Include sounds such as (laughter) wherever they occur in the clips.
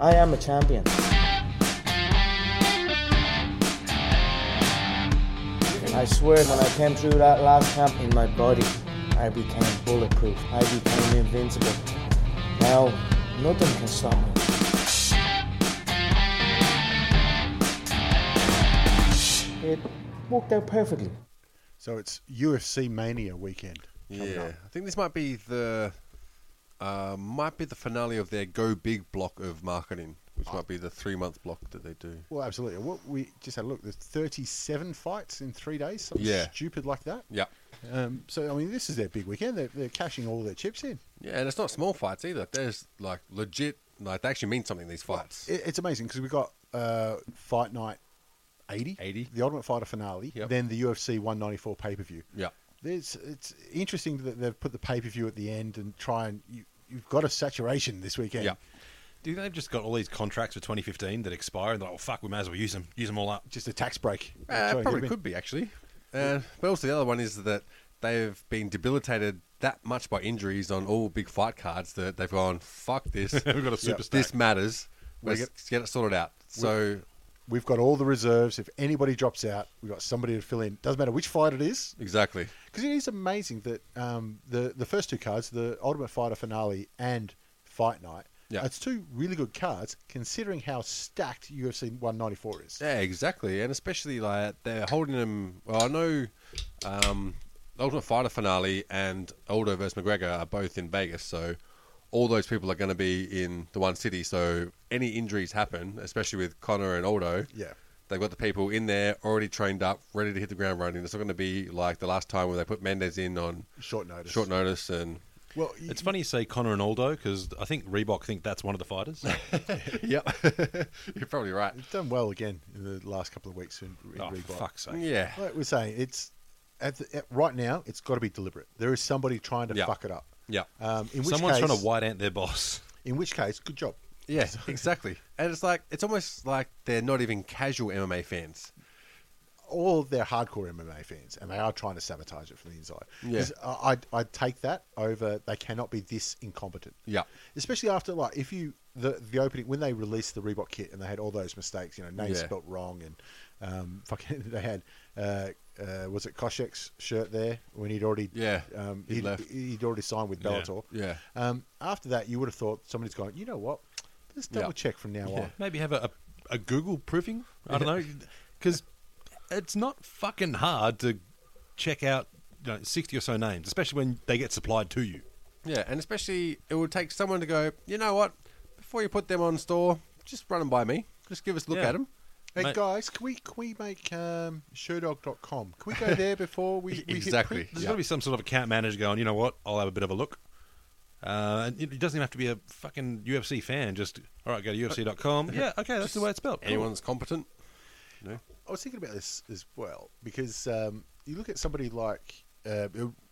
I am a champion. I swear, when I came through that last camp in my body, I became bulletproof. I became invincible. Now, nothing can stop me. It worked out perfectly. So it's UFC Mania weekend. Yeah, I think this might be the uh, might be the finale of their go big block of marketing, which might be the three month block that they do. Well, absolutely. What we just had a look. There's 37 fights in three days. Something Yeah. stupid like that. Yeah, Um, so I mean, this is their big weekend. They're, they're cashing all their chips in. yeah, and it's not small fights either. There's like legit, like they actually mean something. These fights. It, it's amazing because we got uh, Fight Night 80, 80. the Ultimate Fighter finale, Yep. then the UFC 194 pay per view. Yeah, There's, it's interesting that they've put the pay per view at the end and try and you, you've got a saturation this weekend. yeah. Do you think they've just got all these contracts for 2015 that expire and they're like, oh, fuck, we may as well use them, use them all up? Just a tax break. Uh, Sorry, probably give me- could be actually. Uh, but also the other one is that they've been debilitated that much by injuries on all big fight cards that they've gone fuck this. (laughs) We've got a super stack. This matters. We Let's get, it sorted out. So We've got all the reserves. If anybody drops out, we've got somebody to fill in. Doesn't matter which fight it is. exactly. Because it is amazing that um, the, the first two cards, the Ultimate Fighter finale and Fight Night, Yeah. it's two really good cards considering how stacked UFC 194 is. Yeah, exactly, and especially like they're holding them. Well, I know um, Ultimate Fighter finale and Aldo versus McGregor are both in Vegas, so all those people are going to be in the one city. So any injuries happen, especially with Connor and Aldo. Yeah. They've got the people in there already trained up, ready to hit the ground running. It's not going to be like the last time when they put Mendez in on Short notice. short notice, and Well, y- It's funny you say Connor and Aldo because I think Reebok think that's one of (laughs) the fighters. yep, (laughs) you're probably right. you've done well again in the last couple of weeks in, in oh, Reebok. fuck's sake. Yeah, Like we're saying, it's at the, at, right now, it's got to be deliberate. There is somebody trying to Yeah. fuck it up. yeah. Um, in which Someone's case, trying to white ant (laughs) their boss. In which case, good job. (laughs) Yeah, exactly. And it's like it's almost like they're not even casual MMA fans. all they're hardcore MMA fans, and they are trying to sabotage it from the inside. Yeah. 'Cause I, I'd, I'd take that over. They cannot be this incompetent. Yeah. especially after like if you the the opening when they released the Reebok kit and they had all those mistakes, you know, names Yeah. spelt wrong and um, (laughs) fucking they had uh, uh, was it Koshek's shirt there when he'd already Yeah, um, he'd he'd, left. he'd already signed with Yeah, Bellator. yeah. Um, after that, you would have thought somebody's gone. You know what? Let's Yeah. double check from now on. Maybe have a, a, a Google proofing? I don't know. (laughs) Because it's not fucking hard to check out you know, 60 or so names, especially when they get supplied to you. Yeah, and especially it would take someone to go, you know what? Before you put them on store, just run them by me. Just give us a look Yeah. at 'em. Hey Mate- guys, can we can we make um, sherdog.com? Can we go there before (laughs) we, we Exactly. Hit print? There's Yeah. got to be some sort of account manager going, you know what, I'll have a bit of a look. Uh, and it it doesn't even have to be a fucking UFC fan. Just, all right, go to UFC.com. Uh, (laughs) Yeah, okay, that's the way it's spelled. Cool. Anyone that's competent. No. I was thinking about this as well because um, you look at somebody like uh,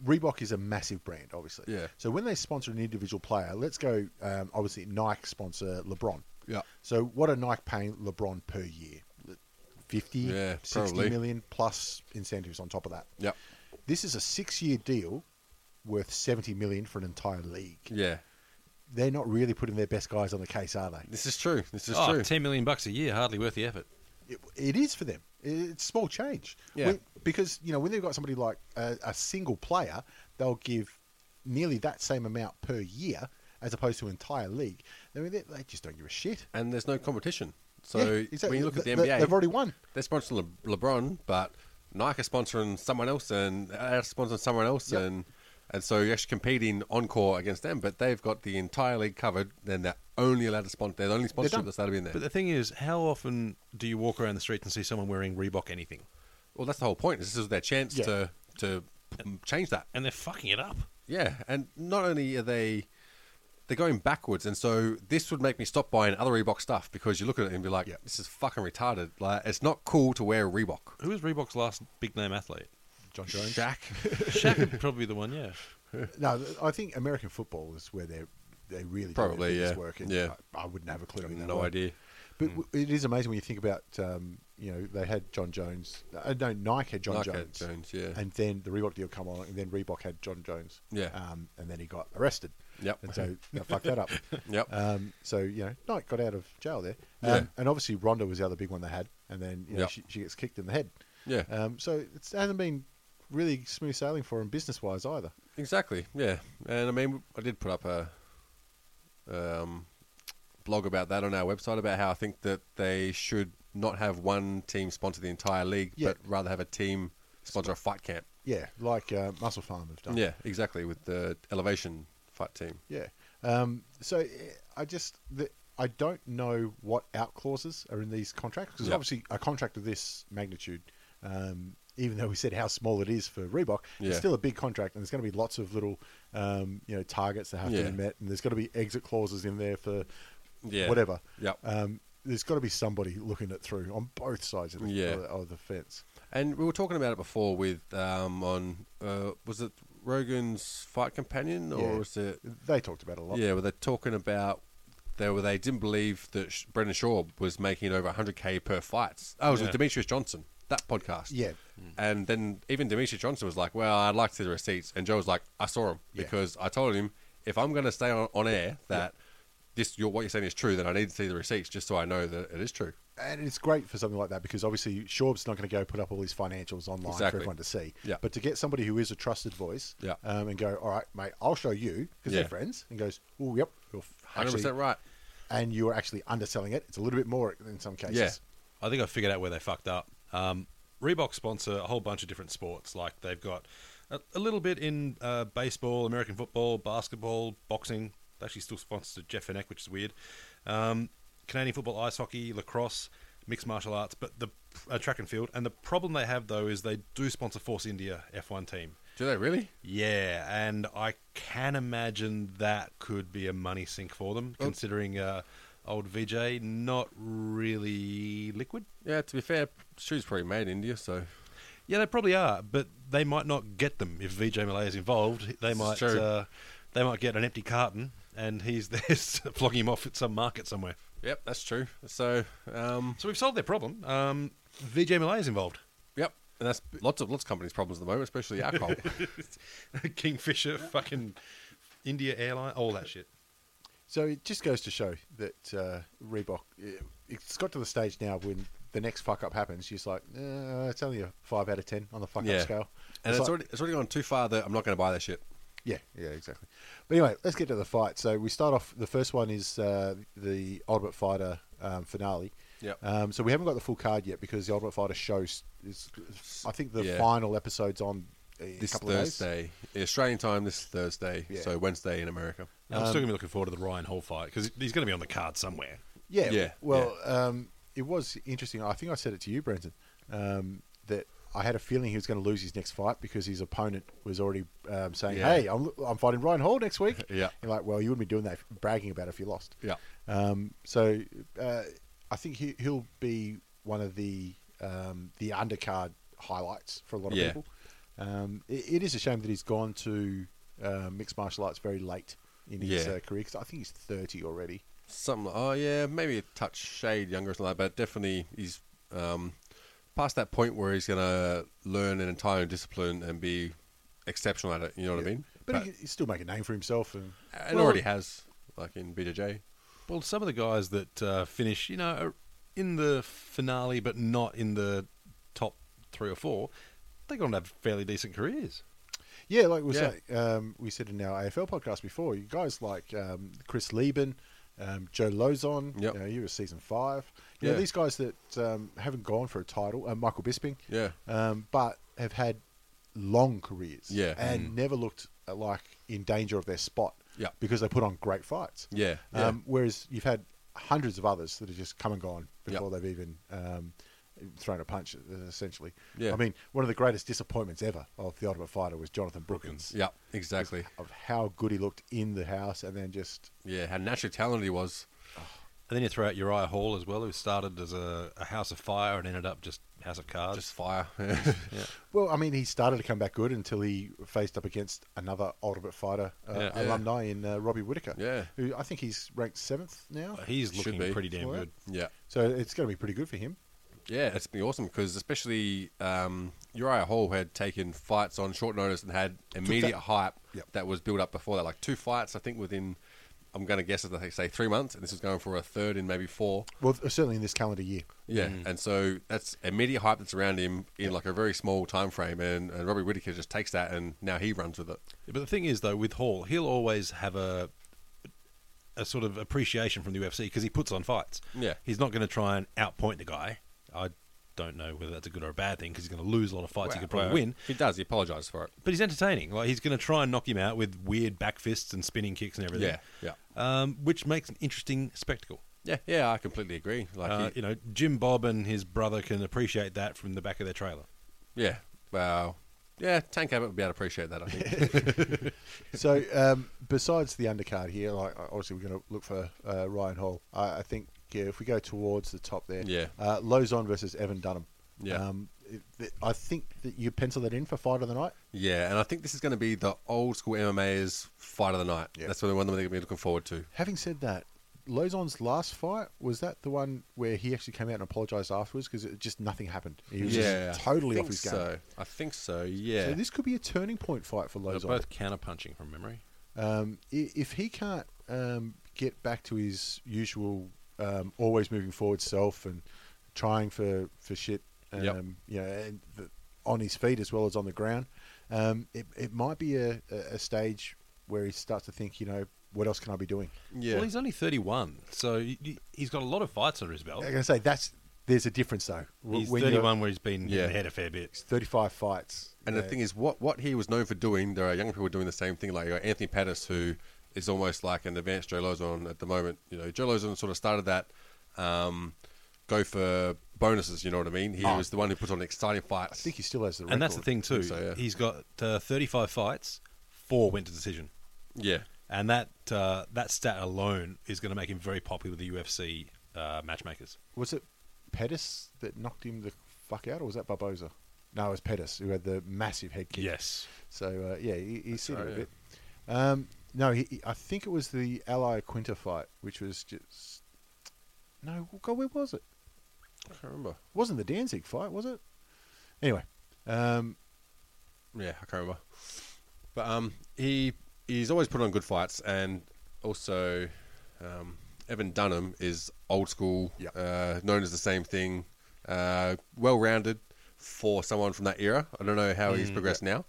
Reebok is a massive brand, obviously. Yeah. So when they sponsor an individual player, let's go. Um, obviously, Nike sponsor LeBron. Yeah. So what are Nike paying LeBron per year? 50, Yeah, 60 probably. million plus incentives on top of that. Yep. This is a six-year deal worth 70 million for an entire league. Yeah. They're not really putting their best guys on the case, are they? This is true. This is oh, true. 10 million bucks a year, hardly worth the effort. it, it is for them. It's small change. Yeah. When- because you know when they've got somebody like a, a single player, they'll give nearly that same amount per year as opposed to an entire league. I mean, they, they just don't give a shit. and there's no competition. So Yeah, exactly. when you look at the They- NBA, they've already won. They're sponsoring Le- LeBron, but Nike are sponsoring someone else, and they're sponsoring someone else, Yep. and and so you're actually competing on court against them. But they've got the entire league covered. Then they're only allowed to sponsor. They're the only sponsorship done. that's allowed to be in there. But the thing is, how often do you walk around the streets and see someone wearing Reebok anything? well, that's the whole point. is This is their chance Yeah. to to p- change that. and they're fucking it up. Yeah, and not only are they they're going backwards, and so this would make me stop buying other Reebok stuff because you look at it and be like, "This is fucking retarded." Like, it's not cool to wear a Reebok. Who was Reebok's last big name (laughs) athlete? John Jones. Shaq. Shaq would probably be the one, yeah. No, th- I think American football is where they're they really do their Probably, biggest yeah. work. and Yeah. I, I wouldn't have a clue. in that no one. idea. Mm. But w- it is amazing when you think about, um, you know, they had John Jones. Uh, no, Nike had John Nike had Jones. Jones, yeah. And then the Reebok deal come on, and then Reebok had John Jones. Yeah. Um, and then he got arrested. Yep. And so they fucked that up. (laughs) Yep. Um, so you know, Nike got out of jail there. Um, Yeah. And obviously Ronda was the other big one they had, and then you know, Yep. she, she gets kicked in the head. Yeah. Um, so it's- it hasn't been really smooth sailing for him business wise either. (laughs) Exactly. Yeah, and I mean, I did put up a um, blog about that on our website about how I think that they should not have one team sponsor the entire league, Yeah. but rather have a team sponsor a fight camp. Yeah, like uh, Muscle Farm have done. Yeah, exactly. With the elevation fight team. Yeah. Um, so eh, I just the, I don't know what out clauses are in these contracts because Yeah. obviously a contract of this magnitude, um, even though we said how small it is for Reebok, it's Yeah. still a big contract, and there's going to be lots of little, um, you know, targets that have to Yeah. be met, and there's got to be exit clauses in there for Yeah. whatever. Yep. Um, there's got to be somebody looking it through on both sides of the, Yeah. of the- of the fence. And we were talking about it before with um, on uh, was it Rogan's fight companion or Yeah. was it They talked about it a lot. yeah? Were they talking about they were they didn't believe that Sh- Brendan Shaw was making over 100k per fight? Oh, it was with Demetrius Johnson that podcast. Mm. Yeah. And then even Demetrius Johnson was like, "Well, I'd like to see the receipts." And Joe was like, "I saw him Yeah. because I told him if I'm going to stay on, on air that this your what you're saying is true, then I need to see the receipts just so I know that it is true." and it's great for something like that because obviously Shorb's not going to go put up all his financials online for Exactly. everyone to see. Yeah. But to get somebody who is a trusted voice Yeah. um, and go, all right, mate, I'll show you because Yeah. they're friends, and goes, oh, yep, you're f- 100 actually- percent right. and you're actually underselling it. It's a little bit more in some cases. Yeah. I think I figured out where they fucked up. Um, Reebok sponsor a whole bunch of different sports. Like they've got a, a little bit in uh, baseball, American football, basketball, boxing. They actually still sponsor Jeff Fennec, which is weird. Um, Canadian football, ice hockey, lacrosse, mixed martial arts, but the uh, track and field. And the problem they have though is they do sponsor Force India F1 team. Do they really? Yeah, and I can imagine that could be a money sink for them, considering uh, old VJ not really liquid. Yeah, to be fair, shoes probably made in India, so Yeah, they probably are, but they might not get them if VJ Malay is involved. They This is might, true. uh, they might get an empty carton, and he's (laughs) there flogging him off at some market somewhere. yep, that's true. So, um, So we've solved their problem. Um, VJ Malay is involved. (laughs) yep, and that's lots of lots of companies' problems at the (laughs) moment, especially alcohol. Kingfisher, fucking India Airline, all that shit. So it just goes to show that uh, Reebok, it- it's got to the stage now when the next fuck up happens, you're just like, uh, it's only a five out of ten on the fuck yeah, up scale. and it's, like- already it's already gone too far that I'm not going to buy that shit. Yeah, yeah, exactly. But anyway, let's get to the fight. So we start off. The first one is uh, the Ultimate Fighter um, finale. Yep. Um, so we haven't got the full card yet because the Ultimate Fighter show s- is. I think the Yeah. final episode's on uh, a This couple of days. Thursday, Australian time. This Thursday, Yeah. so Wednesday in America. I'm still gonna be looking forward to the Ryan Hall fight because he's gonna be on the card somewhere. Yeah. Yeah, Well, Um, it was interesting. I think I said it to you, Brenton, um, that I had a feeling he was going to lose his next fight because his opponent was already um, saying, Yeah. "Hey, I'm, I'm fighting Ryan Hall next week." (laughs) Yeah. You're like, well, you wouldn't be doing that, if- bragging about it if you lost. Yeah, Um, so uh, I think he, he'll be one of the um, the undercard highlights for a lot of Yeah. people. Um, it, it is a shame that he's gone to uh, mixed martial arts very late in his Yeah. uh, career because I think he's thirty already. something. Like, oh yeah, maybe a touch shade younger or something like that, but definitely he's um, past that point where he's going to learn an entire discipline and be exceptional at it. You know what I mean? But, he, can- he's still making a name for himself, and It already has, like in BJJ. Well, some of the guys that uh, finish, you know, are in the finale but not in the top three or four, they're going to have fairly decent careers. yeah, like we Yeah. said, um, we said in our AFL podcast before, you guys like um, Chris Lieben, um, Joe Lozon, Yep. you know, you were season five. You know, Yeah. these guys that um, haven't gone for a title, uh, Michael Bisping, Yeah. um, but have had long careers. Yeah. Mm. And never looked uh, like in danger of their spot. Yeah. Because they put on great fights. Yeah, Um, Whereas you've had hundreds of others that have just come and gone Yeah. before they've even um, throwing a punch, essentially. Yeah. I mean, one of the greatest disappointments ever of the Ultimate Fighter was Jonathan Brookins. Yeah, exactly. Of how good he looked in the house, and then just Yeah, how natural talent he was. And then you throw out Uriah Hall as well, who started as a, a House of Fire and ended up just House of Cards. Just fire. (laughs) well, I mean, he started to come back good until he faced up against another Ultimate Fighter uh, Yeah. Yeah. alumni in uh, Robbie Whitaker. Yeah. who I think he's ranked seventh now. He's Should looking be. pretty damn Well, good. yeah. So it's going to be pretty good for him. Yeah, it's been awesome because especially um, Uriah Hall had taken fights on short notice and had immediate hype Yep. that was built up before that. Like two fights, I think within, I'm going to guess as they say three months, and this is going for a third in maybe four. Well, certainly in this calendar year. Yeah, and so that's immediate hype that's around him in like a very small time frame, and, and Robbie Whitaker just takes that and now he runs with it. But the thing is, though, with Hall, he'll always have a a sort of appreciation from the UFC because he puts on fights. Yeah. he's not going to try and outpoint the guy. I don't know whether that's a good or a bad thing because he's going to lose a lot of fights. he could probably Well, win, He does. He apologizes for it. but he's entertaining. Like he's going to try and knock him out with weird back fists and spinning kicks and everything. Yeah, yeah, um, which makes an interesting spectacle. yeah, yeah. I completely agree. Like, Uh, he- you know, Jim Bob and his brother can appreciate that from the back of their trailer. yeah, well, yeah. Tank Abbott would be able to appreciate that. I (laughs) think. So, um, besides the undercard here, like uh, obviously we're going to look for uh, Ryan Hall. I, I think yeah, if we go towards the top there, Yeah. uh, Lozon versus Evan Dunham. Yeah. um, it- th- I think that you pencil that in for fight of the night. Yeah, and I think this is going to be the old school MMA's fight of the night. Yeah. That's the one that they're going to be looking forward to. Having said that, Lozon's last fight was that the one where he actually came out and apologized afterwards because just nothing happened. He was yeah, just totally I off think his game. So. I think so. Yeah. So this could be a turning point fight for They're Lozon. both counter punching from memory. um, i- if he can't um, get back to his usual um, always moving forward self and trying for for shit, um, Yep. you know, and the, on his feet as well as on the ground, um, it it might be a, a a stage where he starts to think, you know, what else can I be doing? yeah. Well, he's only 31, so y- y- he's got a lot of fights under his belt. Like I say that's there's a difference though. W- He's when you're- 31 where he's been Yeah. hit in the head a fair bit. it's 35 fights, uh, and the thing is, what, what he was known for doing, there are young people doing the same thing. Like you got Anthony Pettis, who is almost like an advanced Joe Lozon at the moment. You know, Joe Lozon sort of started that um, go for bonuses, you know what I mean? He was the one who put on exciting Ah. I fights. think he still has the record. And that's the thing, too. so, yeah. He's got uh, 35 fights, four went to decision. yeah. And that uh, that stat alone is going to make him very popular with the UFC uh, matchmakers. Was it Pettis that knocked him the fuck out, or was that Barboza? No, it was Pettis who had the massive head kick. Yes. So uh, yeah, he, he's seen right, it a yeah. bit. Um, no, he, he- I think it was the Ally Quinta fight, which was just no. God, where was it? I can't remember. Wasn't the Danzig fight, was it? Anyway, um, Yeah, I can't remember. But um, he he's always put on good fights, and also um, Evan Dunham is old school, Yeah. uh, known as the same thing, uh, well rounded for someone from that era. I don't know how Mm, he's progressed now,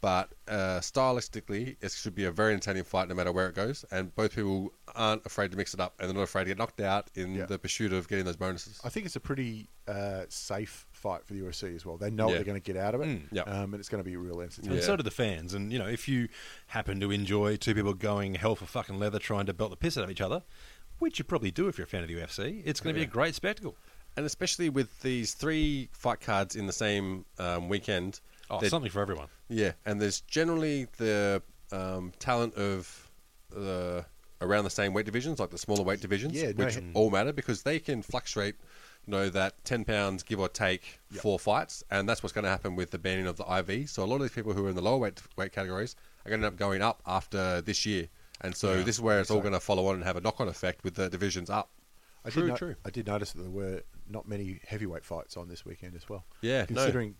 but uh, stylistically, it should be a very entertaining fight no matter where it goes. And both people aren't afraid to mix it up, and they're not afraid to get knocked out in Yeah. the pursuit of getting those bonuses. I think it's a pretty uh, safe fight for the UFC as well. They know what Yeah. Mm, they're going to get out of it, yeah. um, and it's going to be a real entertainment. And Yeah. so do the fans. And, you know, if you happen to enjoy two people going hell for fucking leather trying to belt the piss out of each other, which you probably do if you're a fan of the UFC, it's going to be a great spectacle. And especially with these three fight cards in the same um, weekend, Oh, they're- something for everyone. Yeah, and there's generally the um, talent of the around the same weight divisions, like the smaller weight divisions, Yeah, no which hit- all matter because they can fluctuate. You know that ten pounds give or take for fights, and that's what's going to happen with the banning of the IV. So a lot of these people who are in the lower weight weight categories are going to end up going up after this year, and so this is where it's all going to follow on and have a knock on effect with the divisions up. I True, did no- true. I did notice that there were not many heavyweight fights on this weekend as well. Yeah, no. considering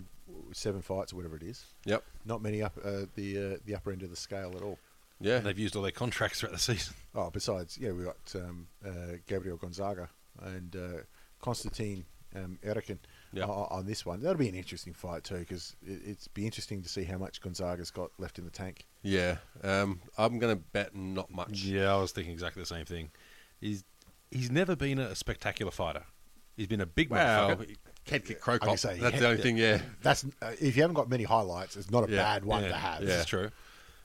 thirty-seven fights or whatever it is, Yep. not many up uh, the uh, the upper end of the scale at all. Yeah. And they've used all their contracts throughout the (laughs) season. Oh, besides, yeah, we got um, uh, Gabriel Gonzaga and uh, Konstantin um, Erikin Yeah. o- on this one. That'll be an interesting fight too, because it, it's be interesting to see how much Gonzaga's got left in the tank. yeah. Um, I'm going to bet not much. Yeah, I was thinking exactly the same thing. He's he's never been a spectacular fighter. He's been a big Wow. motherfucker. Head kick, I crow can cop. say, That's the only thing. Yeah. That's uh, if you haven't got many highlights, it's not a Yeah, bad one yeah, to have. This is true.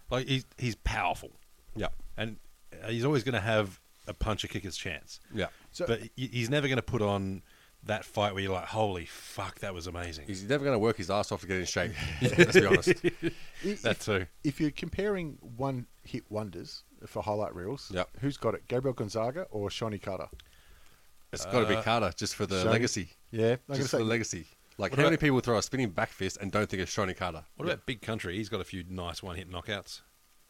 Like he's he's powerful, Yeah. and uh, he's always going to have a puncher kicker's chance. Yeah. So- but he- he's never going to put on that fight where you're like, holy fuck, that was amazing. He's never going to work his ass off to get in shape. Let's be honest. That too. If you're comparing one hit wonders for highlight reels, Yep. who's got it? Gabriel Gonzaga or Shawnee Carter? It's got to be Carter just for the Shiny- legacy. Yeah, I'm gonna just for say- the legacy. Like, What how many about- people throw a spinning back fist and don't think it's Shawnee Carter? What about Big Country? He's got a few nice one hit knockouts.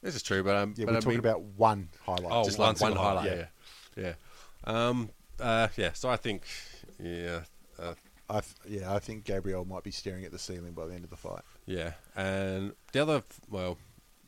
This is true, but um, Yeah, but we're I talking mean, about one highlight. Oh, just one like one single highlight. highlight, Yeah, yeah. Um, uh, yeah. So I think, yeah, uh, I th- yeah, I think Gabriel might be staring at the ceiling by the end of the fight. yeah. And the other, well,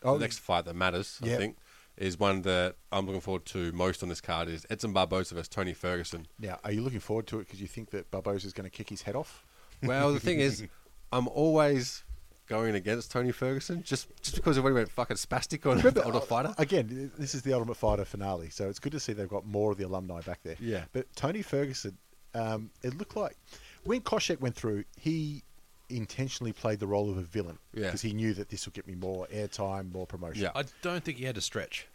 Oh, the next fight that matters, I yeah. think, is one that I'm looking forward to most on this card is Edson Barboza versus Tony Ferguson. Now, are you looking forward to it because you think that Barbosa's is going to kick his head off? Well, the thing is, I'm always going against Tony Ferguson just just because everybody went fucking spastic on, on uh, a fighter. Again, this is the Ultimate Fighter finale, so it's good to see they've got more of the alumni back there. Yeah. But Tony Ferguson, um, it looked like when Koshek went through, he intentionally played the role of a villain Yeah. because he knew that this would get me more airtime, more promotion. Yeah. I don't think he had to stretch.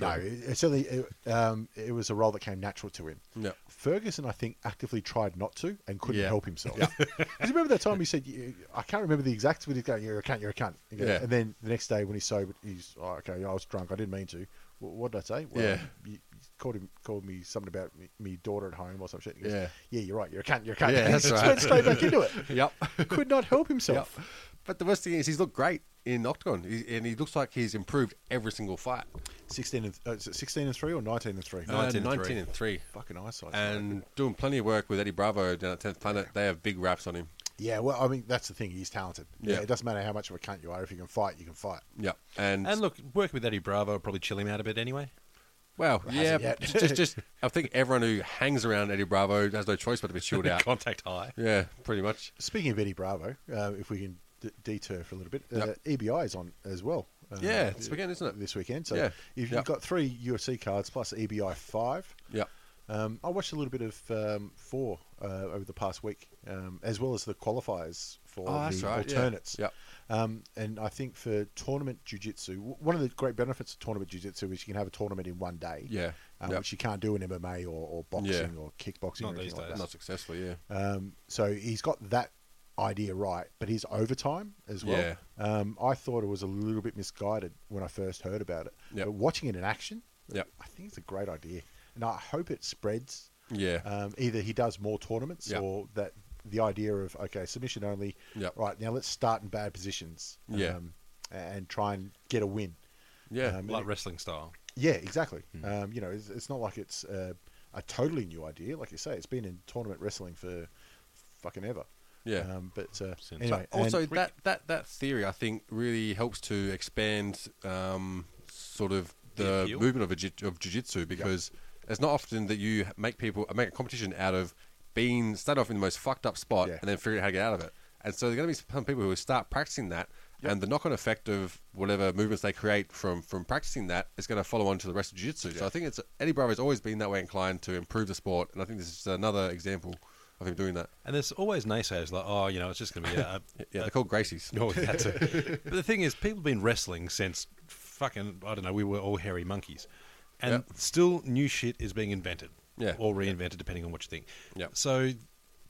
No, it, it certainly it, um, it was a role that came natural to him. Yeah. Ferguson, I think, actively tried not to and couldn't Yeah. help himself. (laughs) Because remember that time he said, you- "I can't remember the exact," but he's going, "You're a cunt, you're a cunt." He goes- Yeah. And then the next day when he's sober, he's, "Oh, okay, I was drunk. I didn't mean to. What, what did I say? Well, Yeah. You, you called him, called me something about me, me daughter at home or some shit." He goes, Yeah. Yeah, you're right. You're a cunt. You're a cunt. (laughs) Yeah, that's Just right. Went straight back into (laughs) it. Yep. (laughs) Could not help himself. Yep. But the worst thing is, he's looked great in Octagon, he, and he looks like he's improved every single fight. Sixteen and uh, is it sixteen and three or nineteen and three. Uh, 19 and three. and three. Fucking eyesight's not And doing plenty of work with Eddie Bravo down at 10th Planet. They have big raps on him. Yeah, well, I mean that's the thing. He's talented. Yeah. Yeah. it doesn't matter how much of a cunt you are. If you can fight, you can fight. Yep. And, And look, working with Eddie Bravo will probably chill him out a bit anyway. well, yeah, hasn't yet. just, just I think everyone who hangs around Eddie Bravo has no choice but to be (laughs) chilled out. Contact high. Yeah, pretty much. Speaking of Eddie Bravo, uh, if we can d- detour for a little bit, uh, Yep. EBI is on as well. Uh, Yeah, it's weekend, isn't it? This weekend. So Yeah. if Yep. you've got three UFC cards plus EBI five. Yep. Um, I watched a little bit of um, four uh, over the past week, um, as well as the qualifiers for Oh, that's the right, yeah. alternates. Yep. Um, and I think for tournament jiu-jitsu, w- one of the great benefits of tournament jiu-jitsu is you can have a tournament in one day. Yeah. Um, Yep. Which you can't do in MMA or, or boxing Yeah. or kickboxing Not or these anything like days. that. Not successful, yeah. Um, so he's got that idea right, but his overtime as well. Yeah. Um, I thought it was a little bit misguided when I first heard about it. Yep. But watching it in action, Yep. I think it's a great idea, and I hope it spreads. Yeah. Um, either he does more tournaments, Yep. or that the idea of okay submission only. Yep. Right now, let's start in bad positions. Yeah. Um, and try and get a win. yeah. um, Like wrestling style. Yeah, exactly. Hmm. Um, you know, it's, it's not like it's uh, a totally new idea. Like you say, it's been in tournament wrestling for fucking ever. Yeah. Um, but uh, Since- anyway, But also and- that, that that theory I think really helps to expand um, sort of The the appeal? movement of a jiu- of jiu-jitsu because it's not often that you make people make a competition out of being start off in the most fucked up spot Yeah. and then figuring out how to get out of it. And so there are going to be some people who will start practicing that, and the knock-on effect of whatever movements they create from from practicing that is going to follow on to the rest of jiu-jitsu. So I think it's Eddie Bravo's always been that way inclined to improve the sport, and I think this is another example of him doing that. And there's always naysayers like, oh, you know, it's just going to be a. a- (laughs) Yeah, they're called Gracies. (laughs) No, that's it. But the thing is, people have been wrestling since fucking, I don't know, we were all hairy monkeys. And Yep. still new shit is being invented. Yeah. Or reinvented, depending on what you think. Yep. So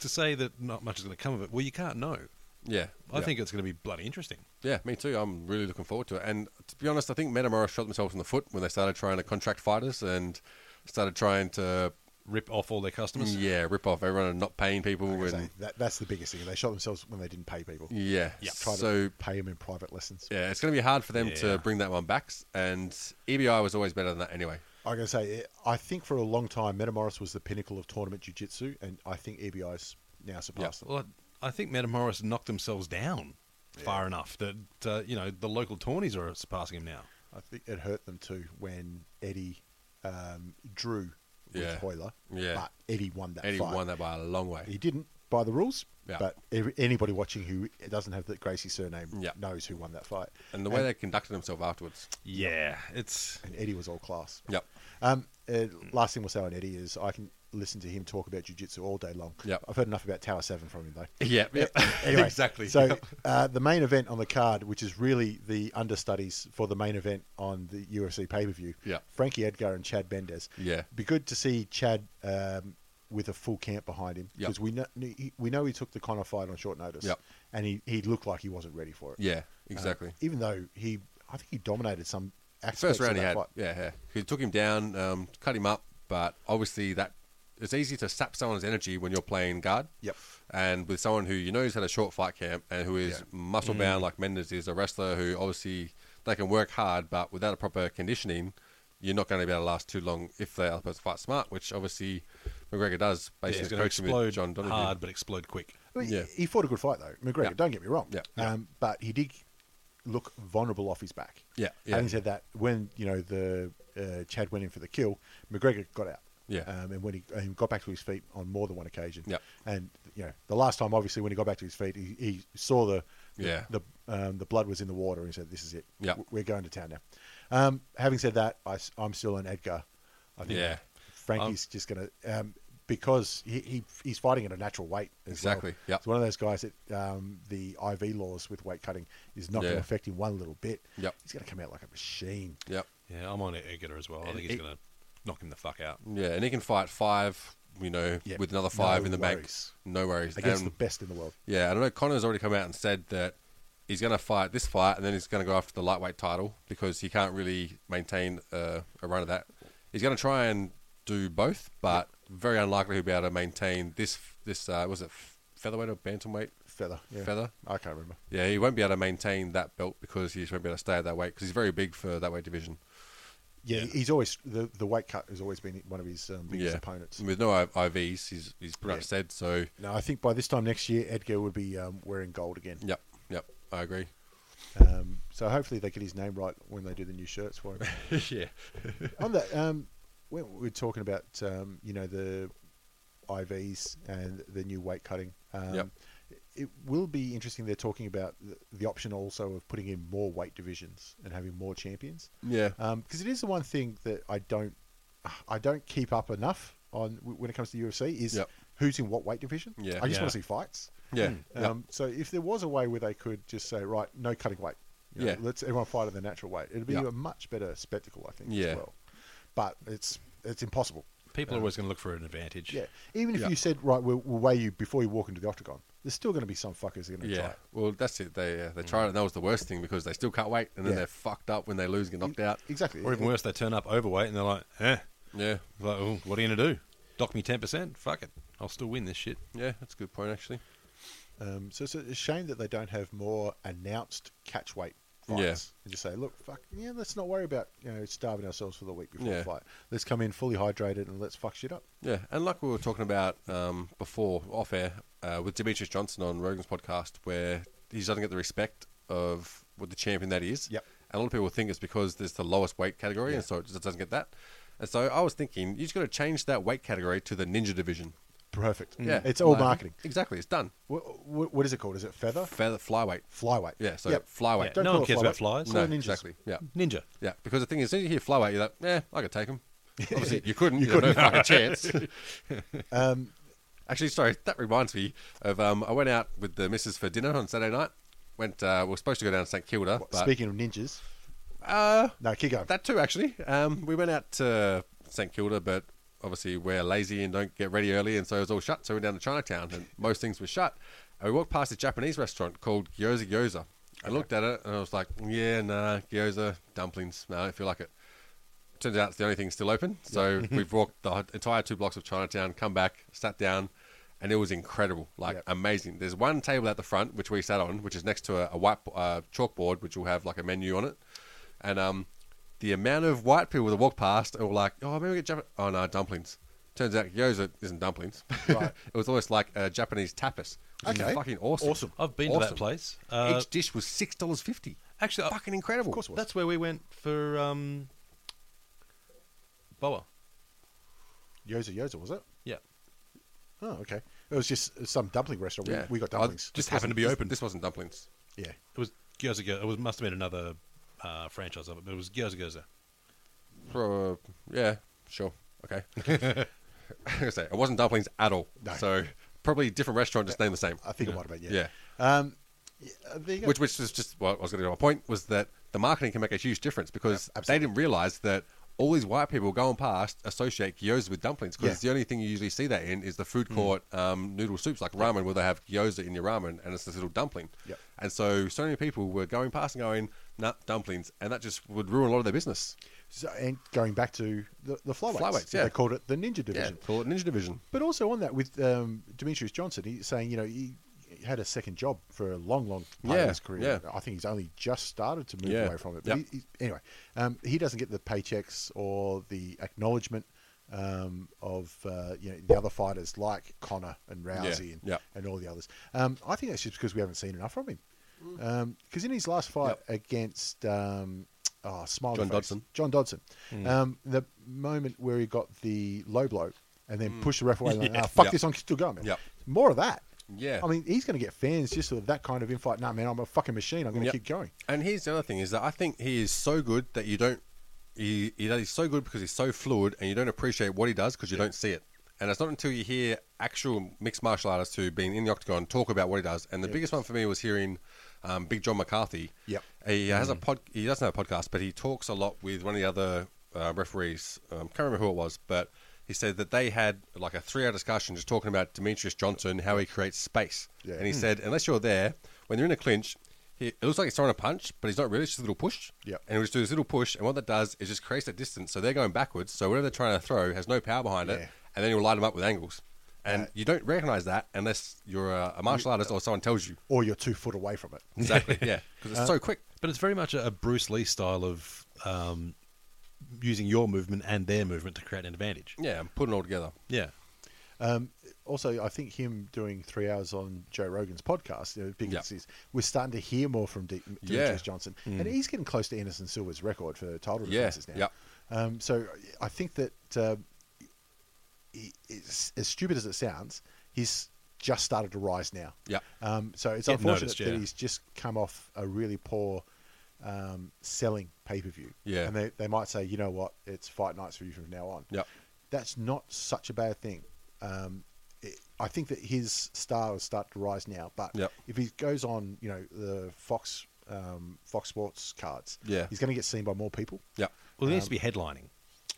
to say that not much is going to come of it, well, you can't know. Yeah, I yeah. think it's going to be bloody interesting. Yeah, me too. I'm really looking forward to it. And to be honest, I think Metamora shot themselves in the foot when they started trying to contract fighters and started trying to, Rip off all their customers. yeah, rip off everyone and not paying people. like I and say, that, that's the biggest thing. They shot themselves when they didn't pay people. yeah, Yeah. Try to so pay them in private lessons. yeah, it's going to be hard for them Yeah. to bring that one back. s- And EBI was always better than that anyway. I gotta say, it- I think for a long time, Metamoris was the pinnacle of tournament jiu-jitsu, and I think EBI's now surpassed them. Well, I I think Metamoris knocked themselves down far enough that, uh, you know, the local Tawnies are surpassing him now. I think it hurt them too when Eddie um, drew with Yeah. Hoyler, Yeah. but Eddie won that Eddie fight. won that by a long way. He didn't by the rules, Yeah. but every, anybody watching who doesn't have the Gracie surname Yeah. knows who won that fight. And the way they conducted themselves (laughs) afterwards. Yeah, it's. And Eddie was all class. Yep. (laughs) Um, uh, Mm. last thing we'll say on Eddie is I can listen to him talk about jiu-jitsu all day long. Yep. I've heard enough about Tower 7 from him, though. Yep. yep. Anyway, (laughs) exactly. So Yep. uh, the main event on the card, which is really the understudies for the main event on the UFC pay-per-view, Yep. Frankie Edgar and Chad Mendez. Yeah. Be good to see Chad um, with a full camp behind him Yep. because we know he- we know he took the Connor fight on short notice, Yep. and he, he looked like he wasn't ready for it. Uh, Yeah, exactly. Even though he, I think he dominated some aspects First of round that he had, fight. yeah, yeah. He took him down, um, cut him up, but obviously that it's easy to sap someone's energy when you're playing guard. Yep. And with someone who you know has had a short fight camp and who is Yeah. Mm. muscle bound like Mendes is, a wrestler who obviously they can work hard, but without a proper conditioning, you're not going to be able to last too long if they are supposed to fight smart, which obviously McGregor does. Basically, he's going to coaching with explode John Donovan. hard, but explode quick. I mean, Yeah. He fought a good fight though, McGregor. Yeah. Don't get me wrong. Yeah. Um, but he did look vulnerable off his back. Yeah, yeah. Having said that, when you know the uh, Chad went in for the kill, McGregor got out. Yeah. Um, and when he, and got back to his feet on more than one occasion. Yeah. And you know the last time, obviously, when he got back to his feet, he, he saw the Yeah. the um, the blood was in the water, and he said, "This is it. Yeah. W- We're going to town now." Um, having said that, I, am still on Edgar. I think Yeah. Frankie's just going to um, because he, he he's fighting at a natural weight as Exactly, Well. yep. It's one of those guys that um, the IV laws with weight cutting is not going to Yeah. affect him one little bit. Yep. He's going to come out like a machine. Yep. Yeah, I'm on Edgar as well. I think he's it- going to knock him the (laughs) fuck out. Yeah, and he can fight five, you know, Yeah, with another five no in the worries. bank. No worries. Against And- the best in the world. Yeah, I don't know. Connor's already come out and said that he's going to fight this fight, and then he's going to go after the lightweight title because he can't really maintain uh, a run of that. He's going to try and do both, but very unlikely he'll be able to maintain this. This uh, was it featherweight or bantamweight? Feather. Yeah. Feather. I can't remember. Yeah, he won't be able to maintain that belt because he just won't be able to stay at that weight because he's very big for that weight division. Yeah. He's always the the weight cut has always been one of his um, biggest yeah, Mm. opponents. with no I- IVs, he's he's pretty much Yeah. said so. Now I think by this time next year, Edgar would be um, wearing gold again. Yep, yep, I agree. Um, so hopefully they get his name right when they do the new shirts (laughs) for him. yeah. (laughs) On that, um, we we we're talking about um, you know the IVs and the new weight cutting. Um, Yep. It will be interesting. They're talking about the, the option also of putting in more weight divisions and having more champions Yeah, because Um, it is the one thing that I don't I don't keep up enough on w- when it comes to UFC is Yep. who's in what weight division. Yeah. I just Yeah. Hmm. want to see fights. yeah, yep. Um, so if there was a way where they could just say, right, no cutting weight. You know, Yeah. Let's everyone fight at the natural weight. It'd be Yeah. a much better spectacle, I think, Yeah. as well. But it's it's impossible. People are always going to look for an advantage. Yeah. Even if Uh, Yeah. you said, right, we'll, we'll weigh you before you walk into the octagon, there's still going to be some fuckers that are going to try Yeah, it. well, that's it. They uh, they tried it, and that was the worst thing because they still can't wait, and then Mm. Yeah. they're fucked up when they lose, get knocked out. Exactly. Or even worse, they turn up overweight and they're like, eh. Yeah, Like, oh, what are you going to do? Dock me 10%? Fuck it. I'll still win this shit. yeah, that's a good point actually. Um, so it's a shame that they don't have more announced catch weight fights. Yeah. And just say, look, fuck, yeah, let's not worry about you know starving ourselves for the week before Yeah. the fight. Let's come in fully hydrated and let's fuck shit up. Yeah, and like we were talking about um, before off air uh, with Demetrius Johnson on Rogan's podcast, where he doesn't get the respect of what the champion that he is. Yep. And a lot of people think it's because there's the lowest weight category, and so it just doesn't get that. And so I was thinking, you just got to change that weight category to the ninja division. Perfect. Yeah, Mm. It's all Like, marketing. Exactly, it's done. What, what, what is it called? Is it feather? Feather flyweight. Flyweight. Yeah, so Yep. flyweight. Yeah, no call one it cares about flyweight. flies. Call No, it ninjas. exactly. Yeah. Ninja. Yeah, because the thing is, as soon as you hear flyweight, you're like, yeah, I could take (laughs) him. Obviously, you couldn't. You, couldn't. No fucking chance. (laughs) Um, Actually, sorry, that reminds me of um, I went out with the missus for dinner on Saturday night. Went, uh, we are supposed to go down to St Kilda, but speaking of ninjas, uh, no, keep going. that too actually. Um, we went out to St Kilda, but obviously we're lazy and don't get ready early, and so it was all shut. So we went down to Chinatown, and most things were shut. And we walked past a Japanese restaurant called Gyoza Gyoza. I looked at it and I was like, yeah, nah, gyoza, dumplings, no, I don't feel like it. Turns out it's the only thing still open. So (laughs) we've walked the entire two blocks of Chinatown, come back, sat down, and it was incredible, like Yep. amazing. There's one table at the front which we sat on, which is next to a, a white uh, chalkboard, which will have like a menu on it. And um, the amount of white people that walked past and were like, "Oh, maybe we get Japan." Oh no, dumplings. Turns out gyoza isn't dumplings. Right. (laughs) it was almost like a Japanese tapas. Which Okay. is fucking awesome. Awesome. I've been to Awesome. that place. Uh, Each dish was six dollars fifty. actually, I- fucking incredible. Of course it was. that's where we went for um, Boa. Yoza Yoza, was it? Yeah. Oh, okay. It was just uh, some dumpling restaurant. Yeah, We, we got I- dumplings. this Just happened to be wasn't- open. This, this wasn't dumplings. yeah. It was Gyoza Gyoza. It was, must have been another uh, franchise of it, but it was Gyoza Gyoza. Uh, yeah, sure, okay. (laughs) Like I say it wasn't dumplings at all. No. So probably different restaurant, just named the same. I think it might have been, yeah. Yeah. Um, yeah, there you go. which which was just what I was going to go. My point was that the marketing can make a huge difference because they didn't realize that all these white people going past associate gyoza with dumplings because Yeah. Hmm. it's the only thing you usually see that in is the food court um, noodle soups like ramen where they have gyoza in your ramen and it's this little dumpling. Yep. And so so many people were going past and going, nah, dumplings, and that just would ruin a lot of their business. So, and going back to the, the flyweights, Flyweights, so yeah. they called it the ninja division. Yeah, call it Ninja Division. But also on that with um, Demetrius Johnson, he's saying you know he had a second job for a long, long part Yeah, of his career. yeah. I think he's only just started to move Yeah, away from it. But yep. he, he, anyway, um, he doesn't get the paychecks or the acknowledgement um, of uh, you know the other fighters like Connor and Rousey and, yep. and all the others. Um, I think that's just because we haven't seen enough from him. Mm. Because in his last fight against um, oh, Smiley John face, Dodson. John Dodson, Hmm. um, the moment where he got the low blow and then pushed the ref (laughs) away, like, Hmm. Yeah. "Ah, fuck Yep. this, I'm still going. Man. Yep. More of that. Yeah. I mean, he's going to get fans just for that kind of infight. Nah, man, I'm a fucking machine. I'm going to Yep. keep going. And here's the other thing is that I think he is so good that you don't. He, he that he's so good because he's so fluid, and you don't appreciate what he does because you don't see it. And it's not until you hear actual mixed martial artists who been in the octagon talk about what he does. And the biggest one for me was hearing um, Big John McCarthy. Yep. Mm. He has a pod. He doesn't have a podcast, but he talks a lot with one of the other uh, referees. Um, can't remember who it was, but he said that they had like a three-hour discussion just talking about Demetrius Johnson, how he creates space. Yeah. Hmm. And he said, unless you're there, when you're in a clinch, he, it looks like he's throwing a punch, but he's not really. It's just a little push. Yep. And he'll just do this little push, and what that does is just creates that distance. So they're going backwards. So whatever they're trying to throw has no power behind Yeah. it, and then you'll light them up with angles. And you don't recognize that unless you're a, a martial artist or (laughs) someone tells you. Or you're two foot away from it. Exactly. yeah. Because it's Uh, so quick. But it's very much a, a Bruce Lee style of um, using your movement and their movement to create an advantage. Yeah, and putting it all together. Yeah. Also, I think him doing three hours on Joe Rogan's podcast, you know, big Yep. is we're starting to hear more from De- Demetrius Yeah. Hmm. Johnson. And he's getting close to Anderson Silva's record for title Yeah, defenses now. yep. Um, so I think that uh, he- it's, as stupid as it sounds, he's just started to rise now. Yep. Um, so it's Getting unfortunate noticed, that yeah. he's just come off a really poor um, selling pay per view. Yeah. And they, they might say, you know what, it's fight nights for you from now on. Yep. That's not such a bad thing. Um, it, I think that his star will start to rise now. But Yep. if he goes on, you know, the Fox um, Fox Sports cards, Yeah. he's going to get seen by more people. Yep. Well, he needs to be headlining.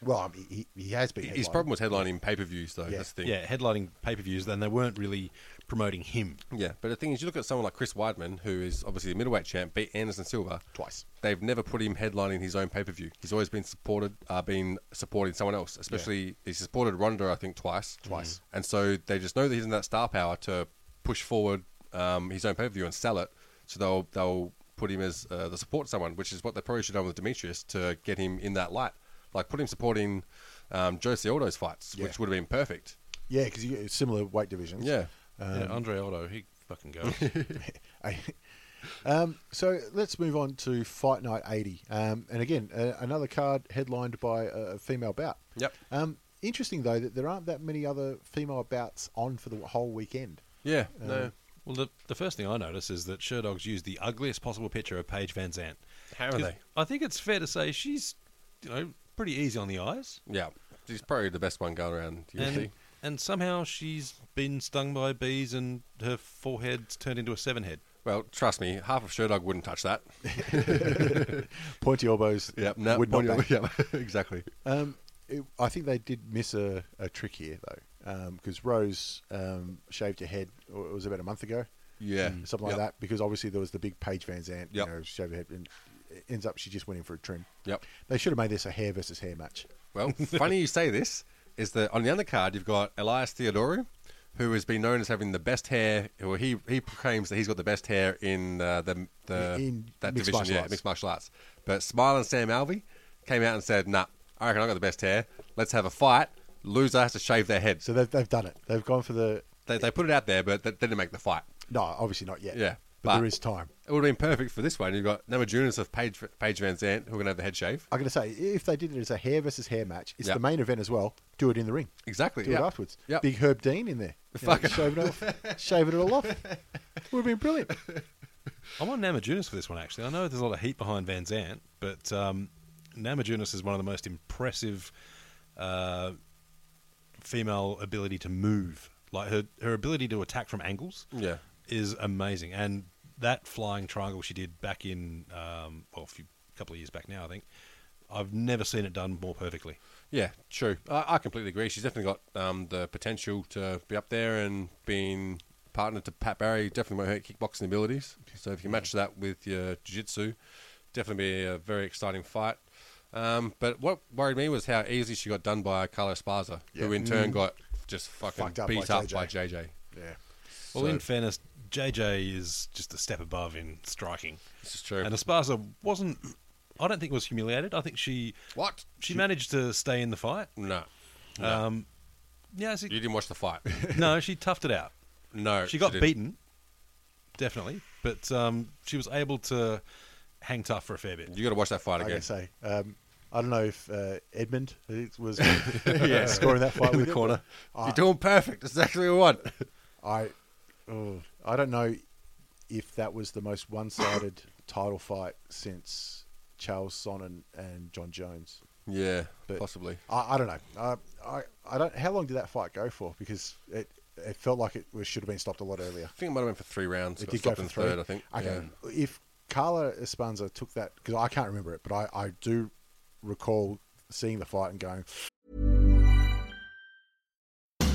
Well, I mean, he, he has been. His headlining. problem was headlining pay per views, though. Yeah. That's the thing. Yeah, headlining pay per views, then they weren't really promoting him. Yeah, but the thing is, you look at someone like Chris Weidman, who is obviously a middleweight champ, beat Anderson Silva Twice. They've never put him headlining his own pay per view. He's always been supported, uh, been supporting someone else. Especially he supported Ronda, I think, twice. Twice. And so they just know that he's in that star power to push forward um, his own pay per view and sell it. So they'll they'll put him as uh, the support someone, which is what they probably should have done with Demetrius to get him in that light. Like put him supporting um, Jose Aldo's fights, Yeah. which would have been perfect. Yeah, because similar weight divisions. Yeah. yeah, Andre Otto, he fucking (laughs) goes. (laughs) um, so let's move on to Fight Night 80. Um, and again, uh, another card headlined by a female bout. Yep. Um, interesting, though, that there aren't that many other female bouts on for the whole weekend. Yeah. no. well, the, the first thing I notice is that Sherdogs used the ugliest possible picture of Paige Van Zant. How are 'Cause they? I think it's fair to say she's, you know, pretty easy on the eyes. Yeah. He's probably the best one going around. You And, and somehow she's been stung by bees and her forehead's turned into a seven head. Well, trust me, half of Sherdog wouldn't touch that. Pointy elbows. no, would not (laughs) back. exactly. Um, it, I think they did miss a, a trick here, though, because Rose um, shaved her head, or it was about a month ago. Yeah, something like Yep. that. Because obviously there was the big Paige Van Zant, Yep. you know, shave her head, and it ends up she just went in for a trim. Yep. They should have made this a hair versus hair match. (laughs) Well, funny you say this is that on the undercard you've got Elias Theodoru, who has been known as having the best hair. Well, he he proclaims that he's got the best hair in uh, the the In that mixed division, martial yeah, arts. mixed martial arts. But Smile and Sam Alvey came out and said, "Nah, I reckon I got the best hair. Let's have a fight. Loser has to shave their head." So they've, they've done it. They've gone for the They, they put it out there, but they didn't make the fight. no, obviously not yet. Yeah, but, but- there is time. It would have been perfect for this one. You've got Namajunas of Paige, Paige Van Zant, who are going to have the head shave. I'm going to say if they did it as a hair versus hair match, it's Yep. the main event as well. Do it in the ring. Exactly. Do yeah. it afterwards. Yep. Big Herb Dean in there. You know, Fuck it. shaving it (laughs) off, shaving it all off. Would have been brilliant. I'm on Namajunas for this one, actually. I know there's a lot of heat behind Van Zant, but um, Namajunas is one of the most impressive uh, female ability to move. Like her, her ability to attack from angles Yeah. is amazing. And that flying triangle she did back in, um, well, a few, couple of years back now, I think, I've never seen it done more perfectly. Yeah, true. I, I completely agree. She's definitely got um, the potential to be up there and being partnered to Pat Barry. Definitely with her kickboxing abilities. So if you match that with your jiu-jitsu, definitely be a very exciting fight. Um, but what worried me was how easily she got done by Carla Sparza, who Yeah. Mm. in turn got just fucking Fucked up beat by up JJ. by JJ. Yeah. Well, in So- fairness, JJ is just a step above in striking. This is true. And Esparza wasn't. I don't think was humiliated. I think she what? she managed to stay in the fight. No, Um, yeah, she, you didn't watch (laughs) the fight. (laughs) no, she toughed it out. No, She got didn't. beaten, definitely, but um, she was able to hang tough for a fair bit. You got to watch that fight I again. gotta (laughs) say, um, I don't know if uh, Edmund (laughs) was (laughs) scoring that fight in with the it, corner. but I- You're doing perfect. That's exactly what we want. I, oh, I don't know if that was the most one-sided (coughs) title fight since Charles Sonnen and John Jones. Yeah, But- possibly. I, I don't know. I, I, I don't. How long did that fight go for? Because it, it felt like it was, should have been stopped a lot earlier. I think it might have been for three rounds. It Got did go stopped for in three. third, I think. Okay. If Carla Espanza took that, because I can't remember it, but I, I do recall seeing the fight and going,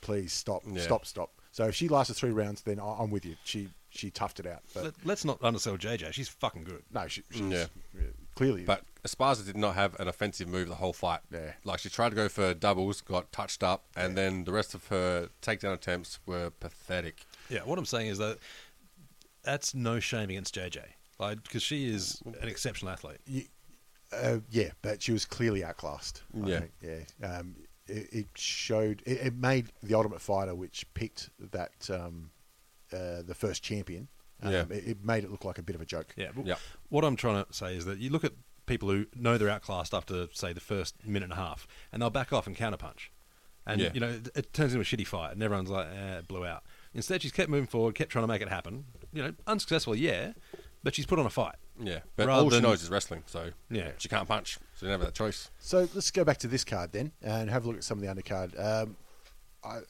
please stop, Yeah. stop, stop. So if she lasted three rounds, then I, I'm with you. She she toughed it out. But Let, let's not undersell JJ. She's fucking good. no, she, she's Yeah. clearly. But Esparza did not have an offensive move the whole fight. Yeah. Like she tried to go for doubles, got touched up, and then the rest of her takedown attempts were pathetic. Yeah, what I'm saying is that that's no shame against JJ, like because she is an exceptional athlete. uh, yeah, but she was clearly outclassed. I Yeah. think. yeah. Um, it, it showed. It, it made the Ultimate Fighter, which picked that um, uh, the first champion. Um, Yeah. it, it made it look like a bit of a joke. Yeah, but Yep. What I'm trying to say is that you look at people who know they're outclassed after say the first minute and a half, and they'll back off and counterpunch, and Yeah. you know it, it turns into a shitty fight, and everyone's like, eh, it blew out. Instead, she's kept moving forward, kept trying to make it happen. You know, unsuccessful, yeah, but she's put on a fight. Yeah. But Rather all she than- knows is wrestling, so Yeah. she can't punch. So she didn't have that choice. So let's go back to this card then and have a look at some of the undercard. Um, I,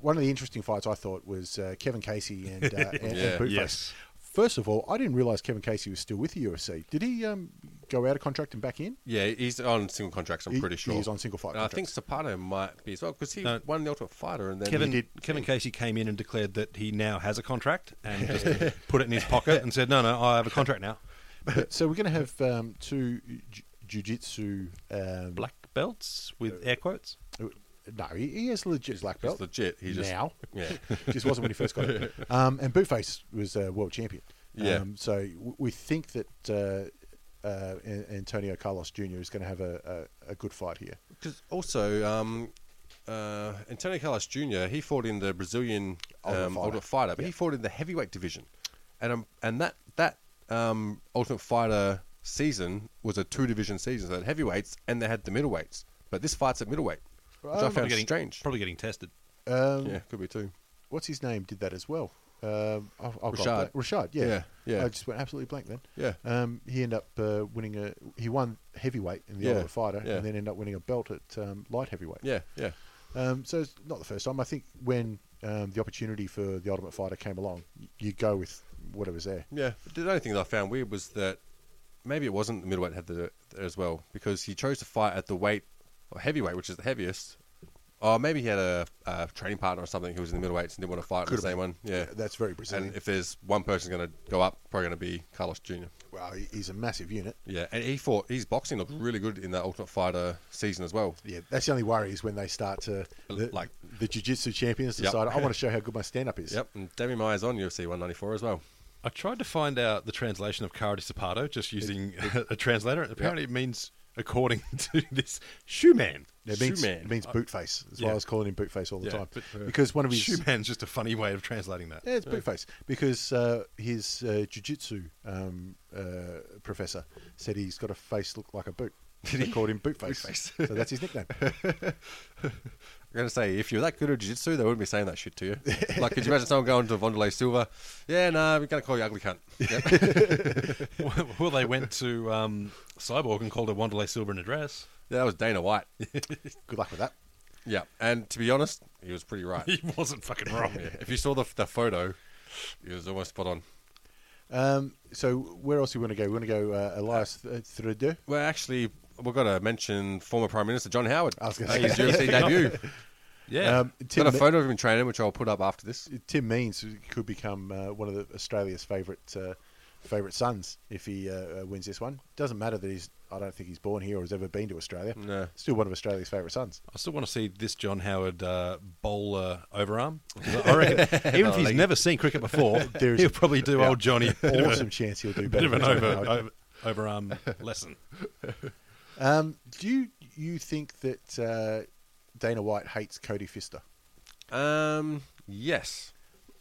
one of the interesting fights I thought was uh, Kevin Casey and, (laughs) uh, and, and Yeah. Blueface. Yes. First of all, I didn't realize Kevin Casey was still with the UFC. Did he um, go out of contract and back in? Yeah, he's on single contracts, I'm He- pretty he sure. is on single fight And I think Sapato might be as well because he No. won the Ultimate Fighter and then Kevin he Kevin Casey came in and declared that he now has a contract (laughs) and just put it in his pocket and said, "No, no, I have a contract now." so we're going to have um, two ju- jiu-jitsu. Um, Black belts with air quotes. No, he, he is legit black belt. He's legit. He just now. (laughs) Yeah. just wasn't when he first got it. (laughs) Um, and Blueface was a world champion. Yeah. Um, so w- we think that uh, uh, An- Antonio Carlos Jr. is going to have a, a, a good fight here. Because also, um, uh, Antonio Carlos Jr. he fought in the Brazilian Ultimate um, Fighter. Ultimate Fighter, but he fought in the heavyweight division, and um, and that that um, Ultimate Fighter season was a two division season. So they had heavyweights and they had the middleweights, but this fight's at middleweight, which I found getting, strange. Probably getting tested. Um, yeah, could be too. What's his name? Did that as well. Um, I, I Rashad. Rashad. Yeah. Yeah, yeah. I just went absolutely blank then. Yeah. Um, he ended up uh, winning a. He won heavyweight in the Yeah, Ultimate Fighter, yeah. and then ended up winning a belt at um, light heavyweight. Yeah, yeah, Um, so it's not the first time. I think when um, the opportunity for the Ultimate Fighter came along, y- you go with whatever's there. yeah. But the only thing that I found weird was that maybe it wasn't the middleweight had the, as well because he chose to fight at the weight or heavyweight, which is the heaviest Oh, maybe he had a, a training partner or something who was in the middleweights and didn't want to fight the same one. Yeah. That's very Brazilian. and if there's one person going to go up, probably going to be Carlos Jr. well, he- he's a massive unit. Yeah, and he fought. His boxing looked really good in that Ultimate Fighter season as well. Yeah, that's the only worry is when they start to the, Like- like the jiu-jitsu champions Yep. decide I want to show how good my stand-up is. Yep, and Demi Meyer's on UFC 194 as well. I tried to find out the translation of Cara de Zapato just using a translator. Apparently, it means, according (laughs) to this, shoe man. It means, Shoe man. it means bootface. That's why Yeah. I was calling him bootface all the Yeah, time but, uh, because one of his Shoe man's just a funny way of translating that. Yeah, it's Bootface because uh, his uh, jujitsu um, uh, professor said he's got a face look like a boot. they called him Bootface, Bootface. so that's his nickname. I'm going to say, if you're that good at jiu-jitsu, they wouldn't be saying that (laughs) shit to you. like, could you imagine someone going to Vondelay Silva? Yeah, nah, we're going to call you (laughs) ugly cunt. Yep. (laughs) well, they went to um, Cyborg and called her Wanderlei Silver in a dress. (laughs) that was Dana White. (laughs) Good luck with that. yeah, and to be honest, he was (laughs) pretty right. He wasn't fucking wrong. Yeah, If you saw the, the photo, he was almost spot on. Um, so where else do we want to go? We want to go uh, Elias uh, Threadeux. Well, actually, we've got to mention former Prime Minister John Howard. I was gonna Uh, say his (laughs) UFC debut. Yeah. Um, Tim, Got a photo of him training, which I'll put up after this. Tim Means could become uh, one of the Australia's favourite uh, favourite sons if he uh, uh, wins this one. Doesn't matter that he's I don't think he's born here or has ever been to Australia. No. Still one of Australia's favourite (laughs) sons. I still want to see this John Howard uh, bowler overarm. (laughs) Oh, I reckon, even if he's never seen cricket (laughs) before, There's- he'll probably do yeah. old (laughs) Johnny a bit of a- (laughs) Awesome chance he'll do bit better. of an than over, Johnny. over overarm (laughs) lesson. Um, do you, you think that uh, Dana White hates Cody Fister? Um, yes.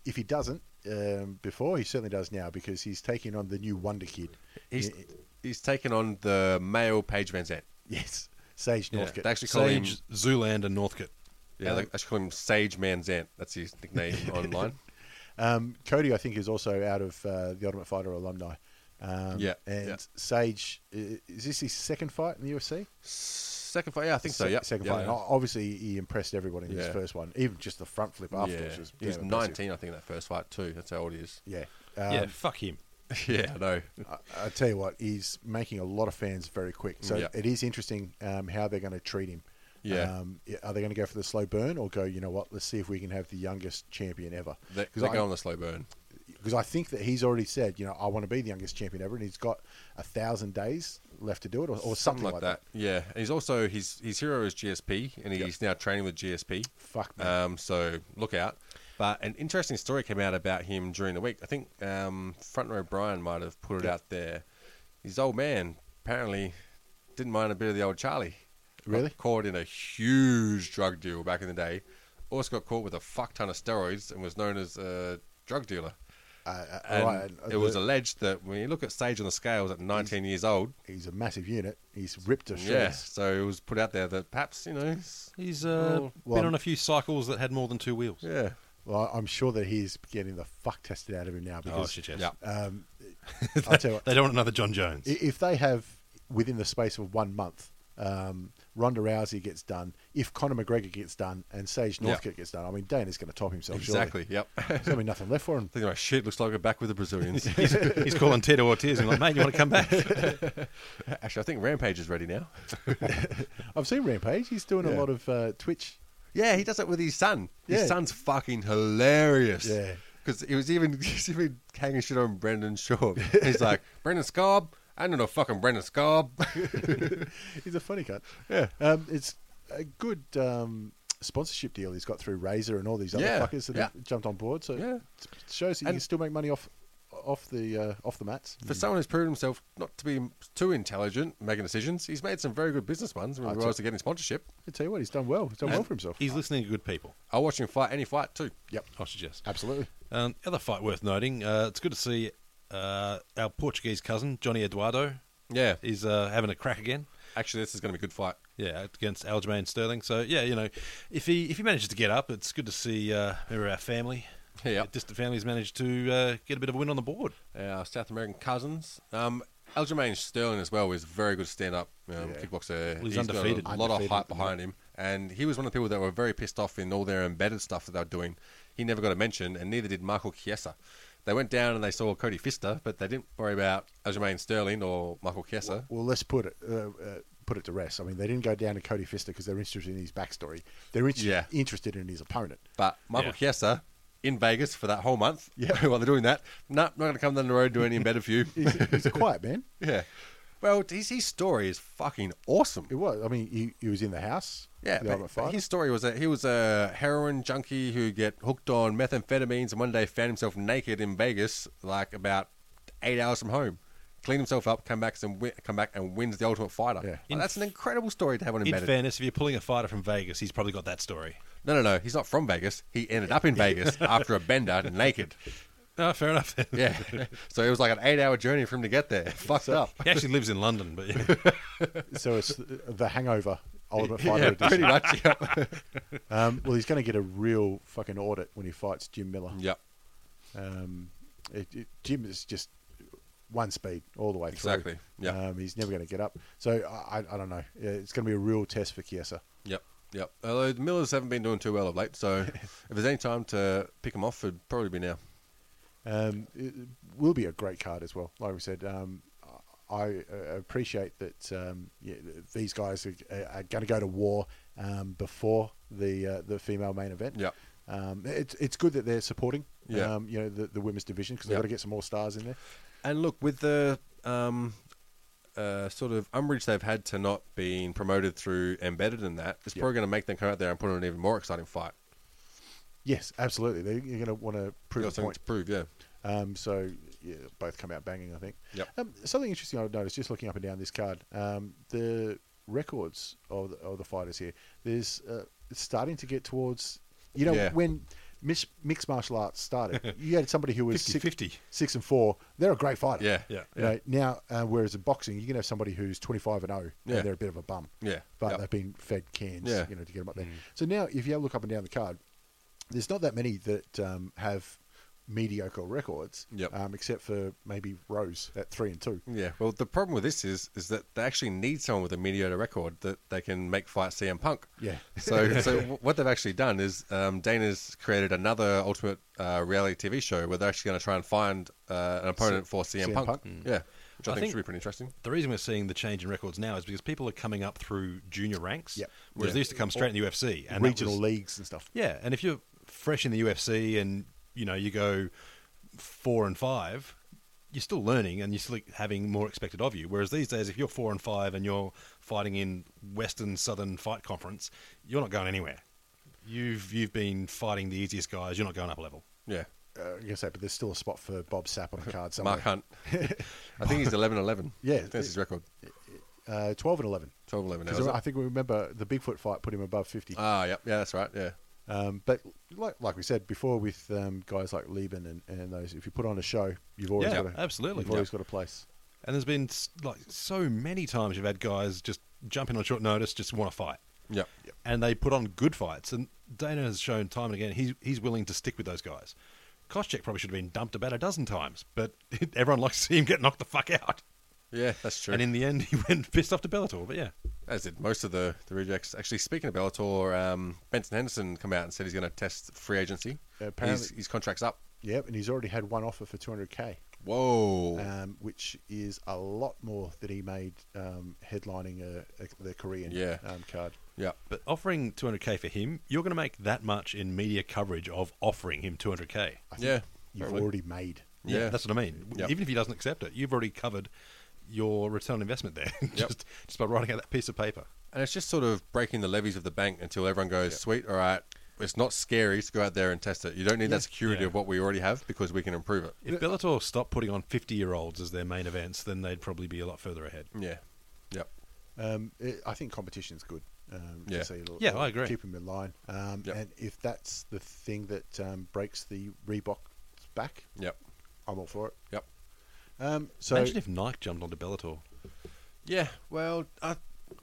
If he doesn't um, before, he certainly does now because he's taking on the new Wonder Kid. He's, Y- he's taken on the male Page Van Zant. yes, Sage Yeah, Northcott. they actually call him Sage, Zoolander, Northcott. Yeah, they actually call him Sage Manzant. That's his nickname (laughs) online. um, Cody, I think, is also out of uh, the Ultimate Fighter alumni. Um, Yeah, and yeah. Sage i- is this his second fight in the UFC? Second fight, yeah, I think so. Se- Yeah, second yeah, fight. yeah. And o- Obviously, he impressed everyone in his Yeah. first one. Even just the front flip Yeah. afterwards was he was damn impressive. nineteen, I think, in that first fight too. That's how old he is. (laughs) Yeah, yeah, um, fuck him. yeah, I know. I, I tell you what, he's making a lot of fans very quick. So Yeah. it is interesting um, how they're going to treat him. Yeah. Um, i- are they going to go for the slow burn or go, you know what, let's see if we can have the youngest champion ever? They, Because they I, go on the slow burn. 'cause I think that he's already said, you know, I want to be the youngest champion ever, and he's got a thousand days left to do it or, or something, like that. Yeah, and he's also his his hero is GSP, and he's now training with GSP. Fuck, man. Um, so look out. But an interesting story came out about him during the week. I think um, Front Row Brian might have put it out there. His old man apparently didn't mind a bit of the old Charlie. Got Really? caught in a huge drug deal back in the day. Also got caught with a fuck ton of steroids and was known as a drug dealer. Uh, uh, And right, and it was the- alleged that when you look at Sage on the scales at 19 years old, he's a massive unit. He's ripped to shreds. yeah, so it was put out there that perhaps, you know, he's- He's uh, Oh, well- been on a few cycles that had more than two wheels. yeah. Well, I- I'm sure that he's getting the fuck tested out of him now Oh, because shit, yes. Yeah. um, I'll tell you what, They don't want another John (laughs) Jones. I- if they have within the space of one month, um, Ronda Rousey gets done, if Conor McGregor gets done, and Sage Yeah. Northcott gets done, I mean Dana's going to top himself. surely. Exactly, yep. There's going to be nothing left for him. Thinking about shit, looks like we're back with the (laughs) Brazilians. he's, he's calling Ted Ortiz and like, mate, you want to come back? Actually, I think Rampage is ready now. I've seen Rampage. He's doing a Yeah. lot of uh, Twitch. Yeah, he does it with his son. Yeah. His son's fucking hilarious. Yeah. Because he was even (laughs) he was even hanging shit on Brendan Shaw. He's (laughs) like, Brendan Scarb? I know no fucking Brendan Scarb. (laughs) He's a funny cut. Yeah, um, it's a good um, sponsorship deal he's got through Razor and all these other Yeah, fuckers that yeah. have jumped on board. So Yeah. it shows he can And- still make money off off the uh, off the mats. (laughs) For someone who's proven himself not to be too intelligent making decisions, he's made some very good business ones in I regards t- to getting sponsorship. I tell you what, he's done well. He's done well for himself. He's listening to good people, I watch him fight any fight too. Yep, I suggest. absolutely. Um, the other fight worth noting, uh, it's good to see uh, our Portuguese cousin, Johnny Eduardo, Yeah. is uh, having a crack again. Actually, this is going to be a good fight. Yeah, against Aljamain Sterling. So yeah, you know, if he if he manages to get up, it's good to see uh, member of our family. Yeah. our distant families managed to uh, get a bit of a win on the board. our South American cousins. Um, Aljamain Sterling as well is a very good stand-up um, kickboxer. Well, he's got undefeated. a lot Undefeated. of hype behind him, and he was one of the people that were very pissed off in all their embedded stuff that they were doing. He never got a mention, and neither did Michael Chiesa. They went down and they saw Cody Fister, but they didn't worry about Aljamain Sterling or Michael Chiesa. Well, let's put it. Uh, uh, put it to rest. I mean, they didn't go down to Cody Fister because they're interested in his backstory. They're inter- Yeah. interested in his opponent. But Michael Yeah. Chiesa in Vegas for that whole month. Yeah. (laughs) While they're doing that, no, not going to come down the road do any better for you. (laughs) He's, he's a quiet man. (laughs) yeah. Well, his, his story is fucking awesome. It was. I mean, he, he was in the house. Yeah, the but, Ultimate but Fighter. his story was that he was a heroin junkie who get hooked on methamphetamines and one day found himself naked in Vegas, like about eight hours from home. Cleaned himself up, come back and wi- come back and wins the Ultimate Fighter. Yeah. Like, that's an incredible story to have on In embedded. fairness, if you're pulling a fighter from Vegas, he's probably got that story. no, no, no. He's not from Vegas. He ended up (laughs) in Vegas after a bender, (laughs) naked. No, fair (laughs) enough. then. Yeah. (laughs) so it was like an eight-hour journey for him to get there. (laughs) Fucked up. (laughs) He actually lives in London, but yeah. (laughs) So it's the (laughs) Hangover Ultimate Fighter Yeah, edition. pretty much. Yeah. (laughs) Um, well, he's going to get a real fucking audit when he fights Jim Miller. yep. Um, it, it, Jim is just one speed all the way through. Exactly, yeah. Um, he's never going to get up. So I, I, I don't know. Yeah, It's going to be a real test for Kiesa. Yep, yep. Although the Millers haven't been doing too well of (laughs) late, so if there's any time to pick them off, it'd probably be now. Um, it will be a great card as well. Like we said, um, I uh, appreciate that um, yeah, th- these guys are, are going to go to war um, before the uh, the female main event. Yep. Um, it's it's good that they're supporting. Yeah. Um, you know the, the women's division because they've Yep. got to get some more stars in there. And look, with the um, uh, sort of umbrage they've had to not being promoted through embedded in that, it's Yep. probably going to make them come out there and put on an even more exciting fight. Yes, absolutely. They're going to want to They've prove a got something point. to prove, yeah. Um, so yeah, both come out banging, I think. Yep. Um, something interesting I've noticed just looking up and down this card, um, the records of the, of the fighters here. There's uh, it's starting to get towards you know Yeah. when mis- mixed martial arts (laughs) started, you had somebody who was 50, six, 50. six and four. They're a great fighter. Yeah, yeah, You know, now, uh, whereas in boxing, you can have somebody who's 25 and 0 Yeah. and they're a bit of a bum. Yeah, But yep. they've been fed cans, Yeah. Mm. you know, to get them up there. So now, if you have a look up and down the card, there's not that many that um, have mediocre records, Yep. um, except for maybe Rose at three and two. Yeah, well, the problem with this is is that they actually need someone with a mediocre record that they can make fight CM Punk. Yeah. (laughs) So, so what they've actually done is um, Dana's created another Ultimate uh, Reality TV show where they're actually going to try and find uh, an opponent for CM, CM Punk. Punk. Yeah, which I, I think, think- should be pretty interesting. the reason we're seeing the change in records now is because people are coming up through junior ranks, Yep. whereas Yeah. they used to come straight in the UFC and that regional was- leagues and stuff. Yeah, and if you're fresh in the UFC and you know you go four and five, you're still learning and you're still having more expected of you. Whereas these days, if you're four and five and you're fighting in Western Southern Fight Conference, you're not going anywhere. You've you've been fighting the easiest guys. You're not going up a level. Yeah, Uh, I guess that, but there's still a spot for Bob Sapp on the card somewhere. Mark Hunt. I think he's 11-11. Yeah. I think that's his record. Uh, 12 and 11. 12-11 now, Because is I it? think we remember the Bigfoot fight put him above 50. Ah, yep. Yeah, that's right. Yeah. Um, but like, like we said before, with um, guys like Lieben and, and those, if you put on a show, you've always Yeah, got a, absolutely. you've always Yeah. got a place. And there's been s- like so many times you've had guys just jump in on short notice, just want to fight. Yep. and they put on good fights. And Dana has shown time and again he's he's willing to stick with those guys. Koscheck probably should have been dumped about a dozen times, but (laughs) everyone likes to see him get knocked the fuck out. Yeah, that's true. And in the end, (laughs) he went pissed off to Bellator. But yeah, As did most of the, the rejects. Actually, speaking of Bellator, um, Benson Henderson come out and said he's going to test free agency. Apparently- his, his contract's up. Yep, and he's already had one offer for 200k, Whoa! um, which is a lot more than he made um, headlining a, a, the Korean Yeah. um, card. yeah, but offering 200k for him, you're going to make that much in media coverage of offering him 200k. I think yeah, you've probably. already made. Yeah. that's what I mean. Yep. Even if he doesn't accept it, you've already covered your return on investment there (laughs) just just by writing out that piece of paper. And it's just sort of breaking the levies of the bank until everyone goes, "Sweet, all right, it's not scary to go out there and test it. You don't need that security Yeah. of what we already have because we can improve it." If Bellator stopped putting on 50 year olds as their main events, then they'd probably be a lot further ahead. Yeah, yep, Um, it, I think competition's good. Um, Yeah. so it'll- Yeah, it'll I agree. Keep him in line, um, Yep. and if that's the thing that um, breaks the Reebok back, yep, I'm all for it. yep. Um, so Imagine if Nike jumped onto Bellator. Yeah. Well, I,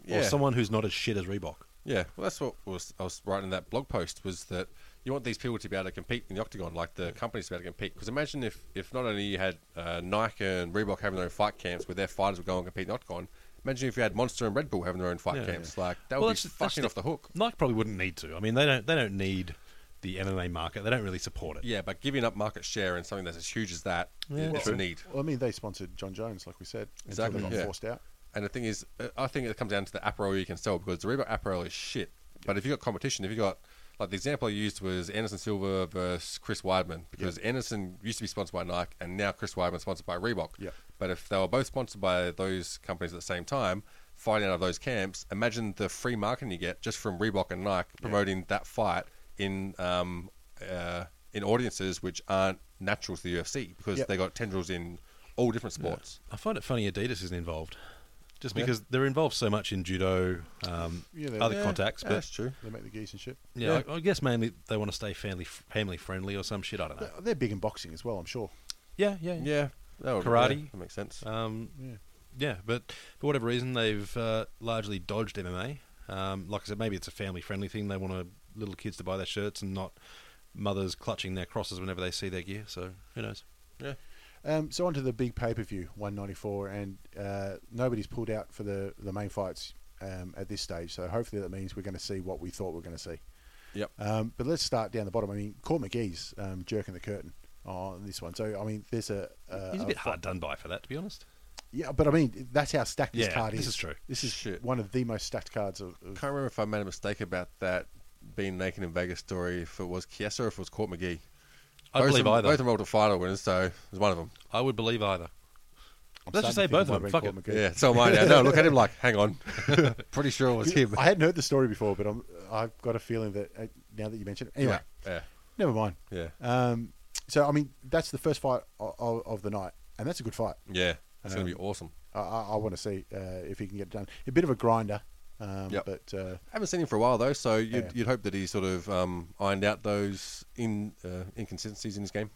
yeah. or someone who's not as shit as Reebok. Yeah, well, that's what was I was writing in that blog post was that you want these people to be able to compete in the octagon, like the companies to be able to compete. Because imagine if, if not only you had uh, Nike and Reebok having their own fight camps where their fighters would go and compete in the octagon. Imagine if you had Monster and Red Bull having their own fight Yeah. camps. Like that would be that's- that's fucking off the hook. Nike probably wouldn't need to. I mean, they don't. They don't need the MMA market. They don't really support it. Yeah, but giving up market share in something that's as huge as that, it's a need. Well, I mean, they sponsored John Jones, like we said, until Exactly, they got yeah. forced out. And the thing is, uh, I think it comes down to the apparel you can sell because the Reebok apparel is shit. But if you got competition, if you got like the example I used was Anderson Silva versus Chris Weidman because Anderson used to be sponsored by Nike and now Chris Weidman is sponsored by Reebok. Yep. But if they were both sponsored by those companies at the same time, fighting out of those camps, imagine the free marketing you get just from Reebok and Nike promoting that fight in um, uh, in audiences which aren't natural to the UFC because Yep. they got tendrils in all different sports. I find it funny Adidas isn't involved, just because they're involved so much in judo, um, Yeah, they- other Yeah, contacts. But that's true. They make the geese and shit. yeah, I, I guess mainly they want to stay family family friendly or some shit. I don't know. They're- They're big in boxing as well, I'm sure. Yeah, yeah, Yeah, that would- Karate. yeah, that makes sense. Um, yeah. but for whatever reason, they've uh, largely dodged MMA. Um, like I said, maybe it's a family friendly thing. They want to, little kids to buy their shirts and not mothers clutching their crosses whenever they see their gear. So who knows? yeah. Um, so on to the big pay per view, one ninety four, and uh, nobody's pulled out for the the main fights um, at this stage. So hopefully that means we're going to see what we thought we are going to see. Yep. Um, but let's start down the bottom. I mean, Court McGee's um, jerking the curtain on this one. So I mean, there's a, a, Uh, He's a a bit hard done by for that, to be honest. yeah, but I mean that's how stacked this Yeah, card is. this is true. This is Shit. one of the most stacked cards of. of Can't remember if I made a mistake about that being naked in Vegas story. If it was Kiesa or if it was Court McGee. I both believe of them, either. Both of them rolled to final winners, so it was one of them. I would believe either. I'm Let's just say starting to think it both of might have them. Fuck been Court it. McGee. Yeah, so am I now. No, look at him like, hang on. Pretty sure it was him. I hadn't heard the story before, but I'm, I've got a feeling that uh, now that you mention it, anyway, Yeah, yeah, never mind. yeah. Um, so I mean, that's the first fight of, of the night, and that's a good fight. yeah. That's going to be awesome. I, I, I want to see uh, if he can get it done. A bit of a grinder, um, Yep. but uh, I haven't seen him for a while though, so you'd, Yeah. you'd hope that he sort of um, ironed out those in uh, inconsistencies in his game.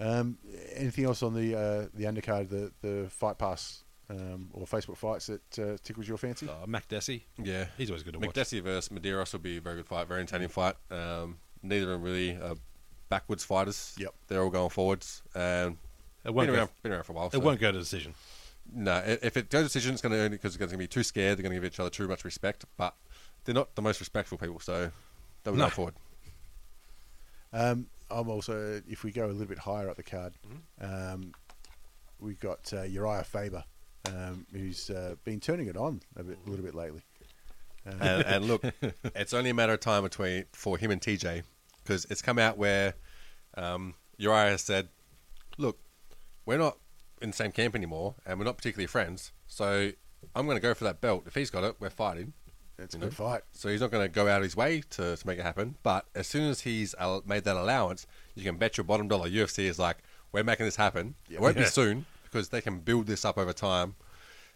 um, anything else on the uh, the undercard, the the fight pass um, or Facebook fights that uh, tickles your fancy? Uh, Mac Desi. Yeah, He's always good to watch. McDessie versus Medeiros will be a very good fight, very entertaining fight. Um, neither of them really are backwards fighters. Yep. they're all going forwards. And It won't been, go- around, been around for a while. It won't go to decision. No, i- if it goes to decision, it's going to only because it's going to be too scared. They're going to give each other too much respect, but they're not the most respectful people, so they'll go forward. Um, I'm also if we go a little bit higher up the card, Mm-hmm. um, we've got uh, Uriah Faber, um, who's uh, been turning it on a, bit, a little bit lately. and, and look, it's only a matter of time between for him and TJ because it's come out where um, Uriah has said, "Look, we're not in the same camp anymore, and we're not particularly friends. So I'm going to go for that belt. If he's got it, we're fighting. It's a You good know? fight. So he's not going to go out of his way to, to make it happen. But as soon as he's al- made that allowance, you can bet your bottom dollar UFC is like, we're making this happen. It won't be soon because they can build this up over time,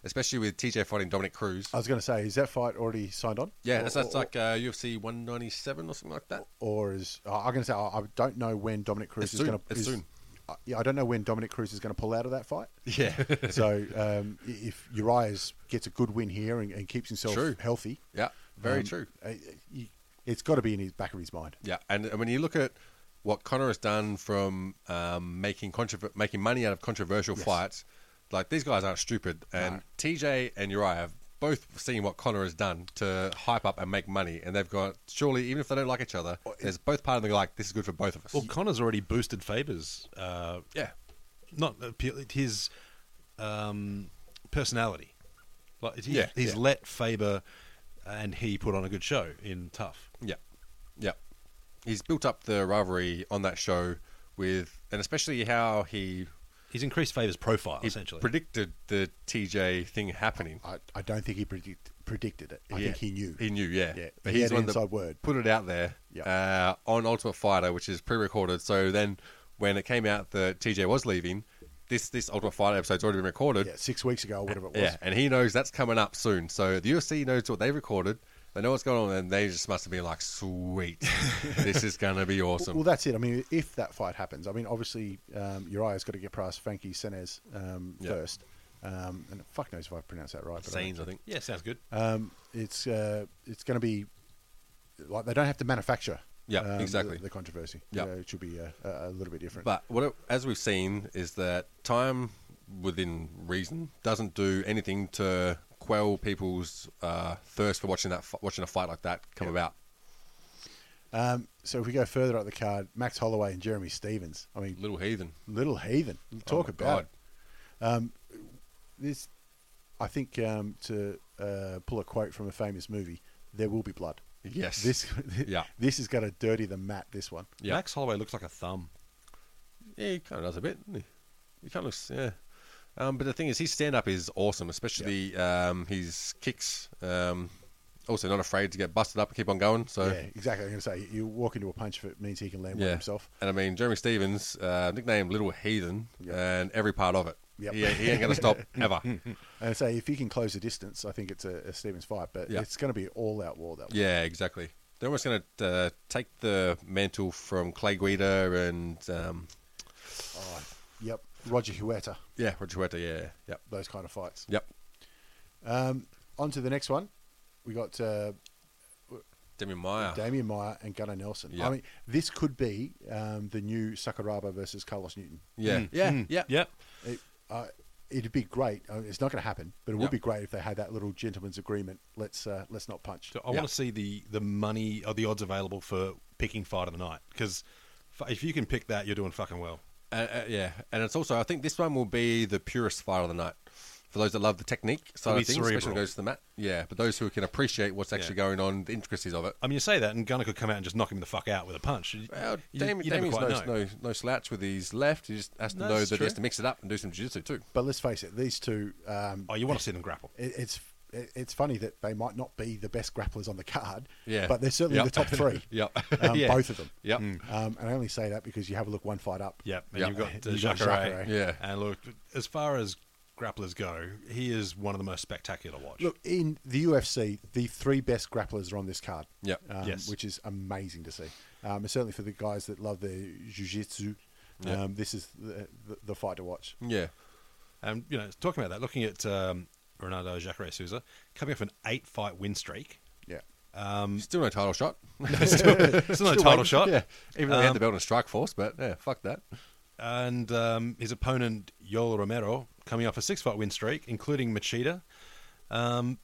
especially with TJ fighting Dominic Cruz. I was going to say, is that fight already signed on? Yeah, Or- that's, or- that's like uh, UFC 197 or something (laughs) like that. or is I- I'm going to say I I don't know when Dominic Cruz It's is soon. going to. It's soon. Yeah, I don't know when Dominic Cruz is going to pull out of that (laughs) fight. Yeah. so um, i- if Urias gets a good win here and, and keeps himself True. healthy, yeah, very um, true. uh, you- it's got to be in his back of his mind. Yeah, and, and when you look at what Connor has done from um, making controver- making money out of controversial fights, like these guys aren't stupid. And TJ and Uriah have both seen what Connor has done to hype up and make money, and they've got surely even if they don't like each other, there's both part of them like this is good for both of us. Well, Connor's already boosted Faber's, uh, yeah, not uh, pu- his um, personality. Like he's, Yeah, he's yeah. let Faber and he put on a good show in Tough. Yeah, yeah. He's built up the rivalry on that show with, and especially how he He's increased Faber's profile he essentially. predicted the TJ thing happening. I, I don't think he predict, predicted it. I think he knew. He knew, yeah. Yeah, But he he's had an one that inside word. put it out there Yeah. uh, on Ultimate Fighter, which is pre-recorded. So then, when it came out that TJ was leaving, this this Ultimate Fighter episode's already been recorded. Yeah, six weeks ago or whatever it was. Yeah, and he knows that's coming up soon. So the UFC knows what they recorded. They know what's going on, and they just must have been (laughs) like, "Sweet, this is going to be awesome." Well, that's it. I mean, if that fight happens, I mean, obviously um, Uriah's got to get past Frankie Senez um, Yeah. first. Um, and fuck knows if I pronounce that right. but I Scenes, I think. yeah, sounds good. oh, um, it's uh, it's going to be like they don't have to manufacture. Yeah, um, exactly. The, the controversy. Yeah. You know, it should be a, a a little bit different. But what it, as we've seen is that time within reason doesn't do anything to quell people's uh, thirst for watching that fi- watching a fight like that come about. um, so if we go further up the card, Max Holloway and Jeremy Stevens. I mean, Little heathen. Oh little heathen. Talk my about God. it. this. I think um, to uh, pull a quote from a famous movie, there will be blood. Yes. This (laughs) Yeah. this is going to dirty the mat. This one. Yeah. Max Holloway looks like a thumb. Yeah, he kind of does a bit. doesn't He, he kind of looks, yeah. Um, but the thing is, his stand up is awesome, especially um, his kicks. Um, also, not afraid to get busted up and keep on going. So, Yeah, exactly. I'm going to say you walk into a punch if it means he can land one Uh. Yeah. himself. And I mean, Jeremy Stevens, uh, nicknamed Little Heathen, Yep. and every part of it. Yep. He, he ain't going to stop (laughs) ever. And I say if he can close the distance, I think it's a, a Stevens fight. But Yeah. it's going to be all out war that one. yeah, exactly. They're almost going to uh, take the mantle from Clay Guida and, um, Yep. Roger Huerta, yeah, Roger Huerta, yeah. Yep. those kind of fights. Yep. Um, on to the next one. We got uh, Demi Meyer. Damien Meyer and Gunnar Nelson. Ah. Yeah. I mean, this could be um, the new Sakuraba versus Carlos Newton. yeah. Mm, yeah. Yeah. Yep. It, uh, it'd be great. I mean, it's not going to happen, but it would Yep. be great if they had that little gentleman's agreement. Let's uh, let's not punch. So I Yeah. want to see the the money or the odds available for picking fight of the night because if you can pick that, you're doing fucking well. Uh, uh, yeah, and it's also I think this one will be the purest fight of the night for those that love the technique side It'll of be things, especially when it cerebral. goes to the mat. Yeah, but those who can appreciate what's actually going on, the intricacies of it. I mean, you say that, and Gunner could come out and just knock him the fuck out with a punch. You- Well, you- Damien, you never Damien's quite no, know. no, no slouch with his left. He just has to No, know that's that he has true. to mix it up and do some jiu-jitsu too. But let's face it, these two. Um, Oh, you want to see them grapple? it, it's it, it's funny that they might not be the best grapplers on the card, Yeah. but they're certainly Yep. the top three. (laughs) Yep. um, Yeah. both of them. Yep. Um, and I only say that because you have a look one fight up. Yep. And Yeah. you've (laughs) got uh, You've got Jacare. Jacare. Yeah. And look, as far as grapplers go, he is one of the most spectacular watch. Look in the UFC, the three best grapplers are on this card. Yep. um, Yes. which is amazing to see. Um, and certainly for the guys that love the jiu-jitsu, Yep. um, this is the, the, the fight to watch. Yeah, And you know, talking about that, looking at um, Ronaldo Jacare Souza coming off an eight-fight win streak. Yeah, still no title shot. (laughs) still, still no title waiting. shot. Yeah, even though they had the belt on strike force, but yeah, fuck that. and um, his opponent Yoel Romero coming off a six-fight win streak, including Machida. Um,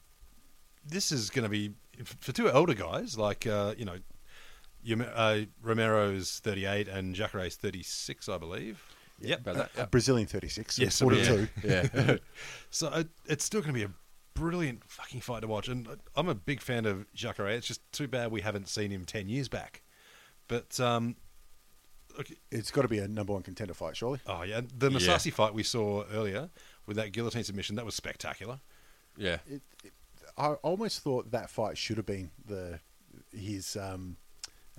this is going to be for two older guys, like uh, you know, you, uh, Romero's thirty-eight and Jacare's thirty-six, I believe. Yep, About that. A Brazilian thirty-six. Yes, or yeah. forty-two. Yeah, So it, it's still going to be a brilliant fucking fight to watch. And uh, I'm a big fan of Jacare. It's just too bad we haven't seen him ten years back. But um, It's got to be a number one contender fight, surely. oh yeah, the Yeah. Masasi fight we saw earlier with that guillotine submission that was spectacular. yeah. It, it, I almost thought that fight should have been the his um,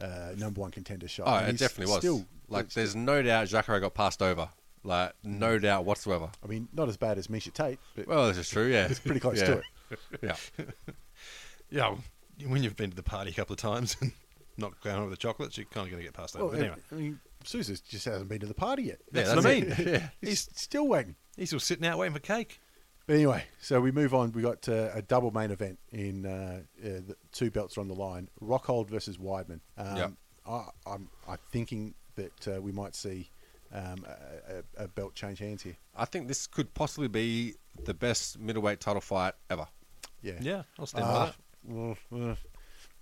uh, number one contender shot. Oh, And it he's definitely was. Still, uh, like, there's no doubt Jacare got passed over. Like, no doubt whatsoever. I mean, not as bad as Misha Tate, but Well, this is true. Yeah, it's pretty close to it. (laughs) Yeah. Yeah, well, when you've been to the party a couple of times and (laughs) not going on with the chocolates, you're kind of going to get passed over. Well, But anyway, I mean, Sousa just hasn't been to the party yet. (laughs) Yeah, that's what I mean. He's still waiting. He's still sitting out waiting for cake. But anyway, so we move on. We got uh, a double main event in uh, uh, the two belts are on the line. Rockhold versus Weidman. Um, Yep. I, I'm I'm thinking that uh, we might see um, a, a, a belt change hands here. I think this could possibly be the best middleweight title fight ever. Yeah. Yeah, I'll stand by Uh, that. mm, mm. I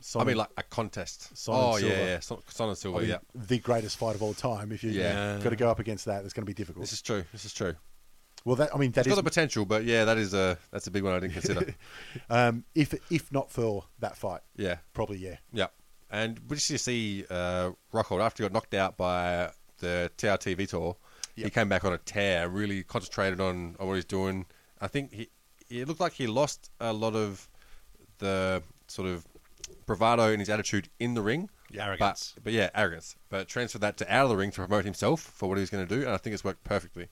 Simon- mean, like a contest. Simon oh Silva. yeah, yeah, Son, Son and Silva. I mean, yeah, the greatest fight of all time. If you Yeah. got to go up against that, it's going to be difficult. this is true. This is true. well, that I mean, that It's got the is potential, but yeah, that is a that's a big one I didn't consider. um, if if not for that fight, yeah, probably yeah. yeah. And we just see uh, Rockhold after he got knocked out by the TRT Vitor. He Yep. came back on a tear, really concentrated on, on what he's doing. I think he it looked like he lost a lot of the sort of bravado in his attitude in the ring. Yeah, arrogance. But, but yeah, arrogance. But transferred that to out of the ring to promote himself for what he was going to do, and I think it's worked perfectly.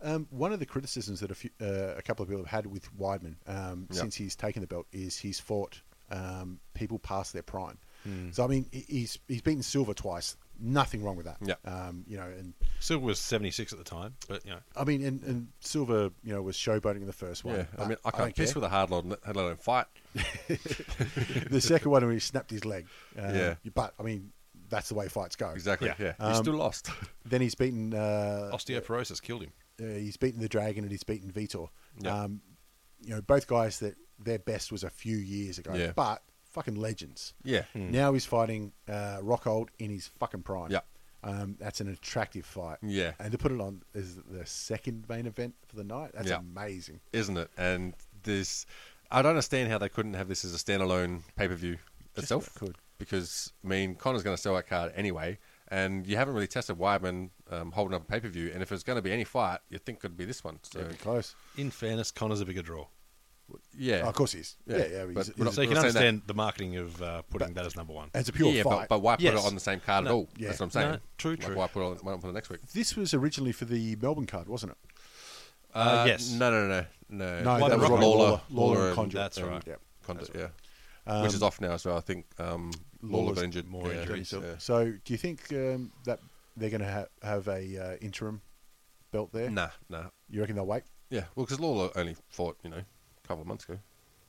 Um, one of the criticisms that a, few, uh, a couple of people have had with Weidman um, Yeah. since he's taken the belt is he's fought um, people past their prime. Hmm. So I mean, he- he's he's beaten Silver twice. Nothing wrong with that. Yeah. Um, you know, and Silver was 76 at the time, but you know, I mean, and, and Silver, you know, was showboating in the first one. Yeah, I but mean, I can't don't piss care. with a hard lord, and let alone fight. the second one when he snapped his (laughs) leg. Um, Yeah. But I mean, that's the way fights go. Exactly. Yeah, Yeah. he's still lost. Then he's beaten uh, osteoporosis killed him. uh, he's beaten the Dragon and he's beaten Vitor. Yeah. Um, you know, both guys that their best was a few years ago, Yeah. but fucking legends. Yeah. Now he's fighting uh, Rockhold in his fucking prime. Yeah. Um, that's an attractive fight. Yeah. And to put it on as the second main event for the night, that's Yeah. amazing. Isn't it? And this. I don't understand how they couldn't have this as a standalone pay per view itself. could. because I mean Connor's going to sell that card anyway, and you haven't really tested Weidman um, holding up a pay per view. And if it's going to be any fight, you think could be this one. So It'd be close. In fairness, Connor's a bigger draw. yeah, Oh, of course he is. Yeah, yeah. he's- but he's- we're not- So you we're not saying can that- understand the marketing of uh, putting that as number one. it's a pure yeah, fight. but, but why put Yes. it on the same card at No, all? yeah. That's what I'm saying. No, true, Like, true. why put it on, why not put it on next week? this was originally for the Melbourne card, wasn't it? Uh, Uh, yes. No, no, no, no. No, that was Robbie Lawler- Lawler and Condit. That's That's right. right. Yeah. Condit, yeah. Which is off now, so I think um, Lawler Lawler's got injured. more yeah, injured yeah. So do you think um, that they're going to ha- have a uh, interim belt there? Nah, nah. You reckon they'll wait? Yeah, well, because Lawler only fought, you know, a couple of months ago.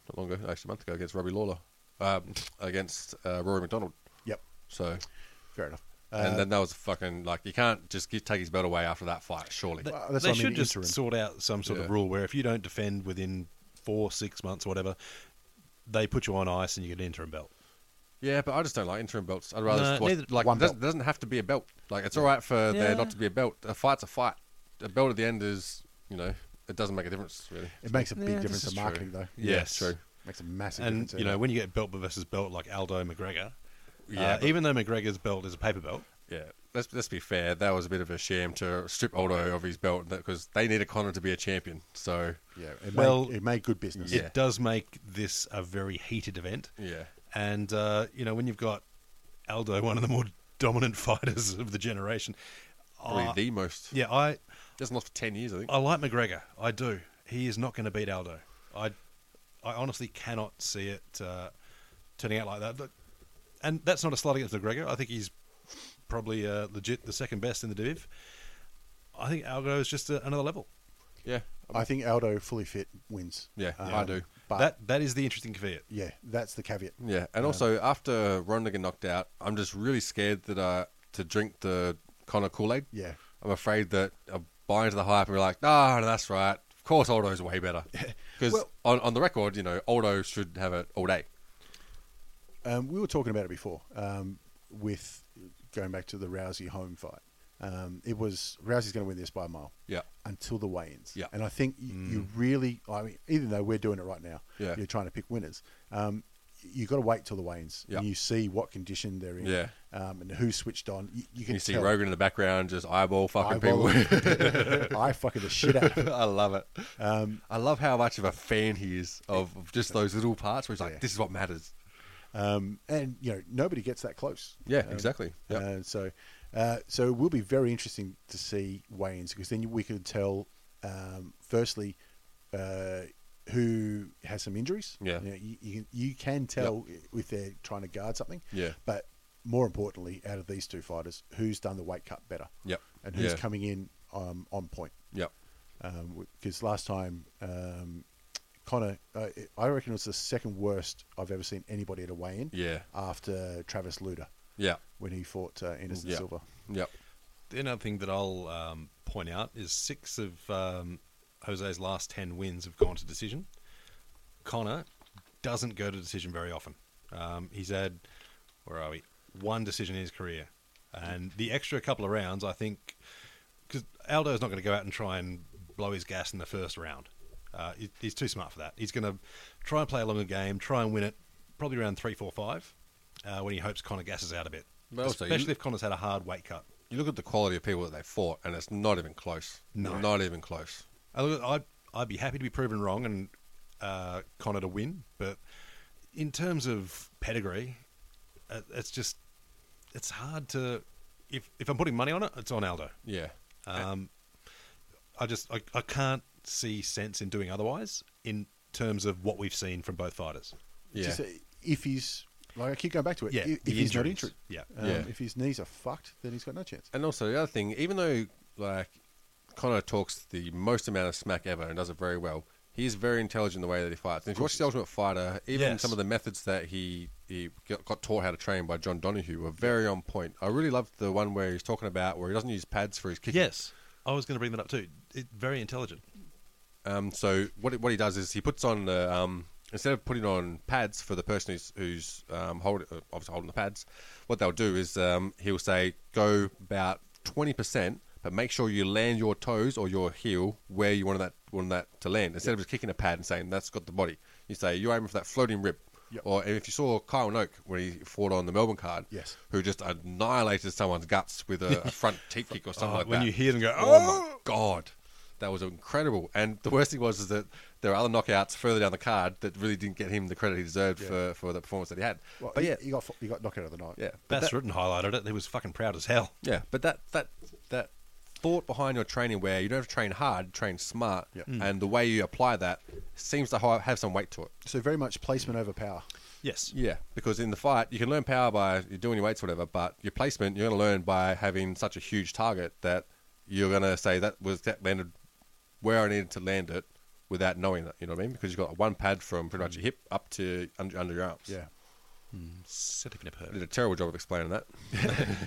Not long ago, actually, a month ago against Robbie Lawler. Um, against uh, Rory McDonald. Yep. So, Fair enough. and then that was fucking, like, you can't just get, take his belt away after that fight, surely. They, Well, that's they what I should mean, just interim. sort out some sort of Yeah. rule where if you don't defend within four, six months, or whatever, they put you on ice and you get an interim belt. Yeah, but I just don't like interim belts. I'd rather No, just watch, neither- like One it doesn't, belt. doesn't have to be a belt. Like it's all right for there Yeah. not to be a belt. A fight's a fight. A belt at the end is you know it doesn't make a difference really. It makes a big Yeah, difference this in is marketing, true. though. Yeah, Yes. true. Makes a massive and difference. you know when you get belt versus belt like Aldo McGregor, Yeah, yeah, but- even though McGregor's belt is a paper belt, Yeah, let's let's be fair. That was a bit of a sham to strip Aldo of his belt because they needed Connor to be a champion. So yeah, it well, made, it made good business. Yeah. it does make this a very heated event. yeah, And uh, you know when you've got Aldo, (laughs) one of the more dominant (laughs) fighters of the generation, probably Uh, I- the most. yeah, I Just lost for ten years, I think. I like McGregor. I do. He is not going to beat Aldo. I, I honestly cannot see it uh, turning out like that. Look, and that's not a slight against McGregor. I think he's probably uh, legit the second best in the div. I think Aldo is just uh another level. Yeah, I think Aldo fully fit wins. Um, Yeah, yeah, I do. But that that is the interesting caveat. yeah, that's the caveat. yeah. And also after Ronda got knocked out, I'm just really scared that I to drink the Connor Kool Aid. Yeah. I'm afraid that I buy into the hype and be like, ah, no, that's right. Of course, Aldo's way better. Because Well- on, on the record, you know, Aldo should have it all day. Um, we were talking about it before um, with going back to the Rousey home fight. Um, it was Rousey's going to win this by a mile. Yeah. Until the weigh-ins. Yeah. Mm. And I think you, you really, I mean, even though we're doing it right now, Yeah. you're trying to pick winners. Um, you got to wait till the weigh-ins. Yeah. And you see what condition they're in. Yeah. Um, and who switched on. You, you can You see tell. Rogan in the background just eyeball fucking Eyeball (laughs) people. (laughs) it. I fucking the shit out. of it. I love it. I love how much of a fan he is of, of just those little parts where he's like, Yeah. this is what matters. Um, and you know nobody gets that close. Yeah, Um, exactly. Yep. Uh, so, uh, so it will be very interesting to see weigh-ins because then we can tell, um, firstly, uh, who has some injuries. Yeah. you, know, you, you, can- you can tell if they're trying to guard something. Yeah. but more importantly, out of these two fighters, who's done the weight cut better? Yep. and who's Yeah. coming in um, on point? Yep. Because last time, um, Connor, uh, I reckon it was the second worst I've ever seen anybody at a weigh-in. Yeah. after Travis Luda Yeah. when he fought uh, Anderson Yeah. Silva. Yep. The other thing that I'll um, point out is six of um, Jose's last ten wins have gone to decision. Connor doesn't go to decision very often. Um, he's had, where are we? One decision in his career, and the extra couple of rounds, I think, because Aldo's not going to go out and try and blow his gas in the first round. Uh, he- he's too smart for that. He's going to try and play along the game, try and win it, probably around three, four, five, uh, when he hopes Connor gasses out a bit. But also you- Especially if Connor's had a hard weight cut. You look at the quality of people that they fought, and it's not even close. No. Not even close. I look, I'd, I'd be happy to be proven wrong and uh, Connor to win, but in terms of pedigree, uh, it's just it's hard to. If if I'm putting money on it, it's on Aldo. Yeah. Um, I just I, I can't see sense in doing otherwise in terms of what we've seen from both fighters. Yeah. Just, uh, if he's like I keep going back to it. Yeah, i- if, the he's not injuries. injured, Yeah. um, Yeah. If his knees are fucked, then he's got no chance. And also the other thing, even though like Connor talks the most amount of smack ever and does it very well, he is very intelligent in the way that he fights. And if you watch the Ultimate Fighter, even Yes. some of the methods that he he got, got taught how to train by John Donahue were very on point. I really loved the one where he's talking about where he doesn't use pads for his kicking. Yes, I was going to bring that up too. It, very intelligent. Um, so what he- what he does is he puts on the um, instead of putting on pads for the person who's who's um, hold, uh, obviously holding the pads, what they'll do is um, he'll say go about twenty percent, but make sure you land your toes or your heel where you want that want that to land. Instead of just kicking a pad and saying that's got the body, you say you're aiming for that floating rib. Or if you saw Kyle Noak when he fought on the Melbourne card, Yes. who just annihilated someone's guts with a, a front teep kick or something Oh, like when that. you hear them go, "Oh!" my god, that was incredible. And the worst thing was is that there were other knockouts further down the card that really didn't get him the credit he deserved for, for the performance that he had. Well, but yeah, you got you got knockout of the night. yeah, but Bass that- Rutten highlighted it. He was fucking proud as hell. yeah, but that that that thought behind your training, where you don't have to train hard, train smart, and the way you apply that seems to ha- have some weight to it. So very much placement over power. Yes. Yeah, because in the fight, you can learn power by doing your weights, or whatever. But your placement, you're going to learn by having such a huge target that you're going to say that was that landed where I needed to land it without knowing that. You know what I mean? Because you've got one pad from pretty much your hip up to under, under your arms. Yeah. Set up in a I perv. did a terrible job of explaining that. (laughs)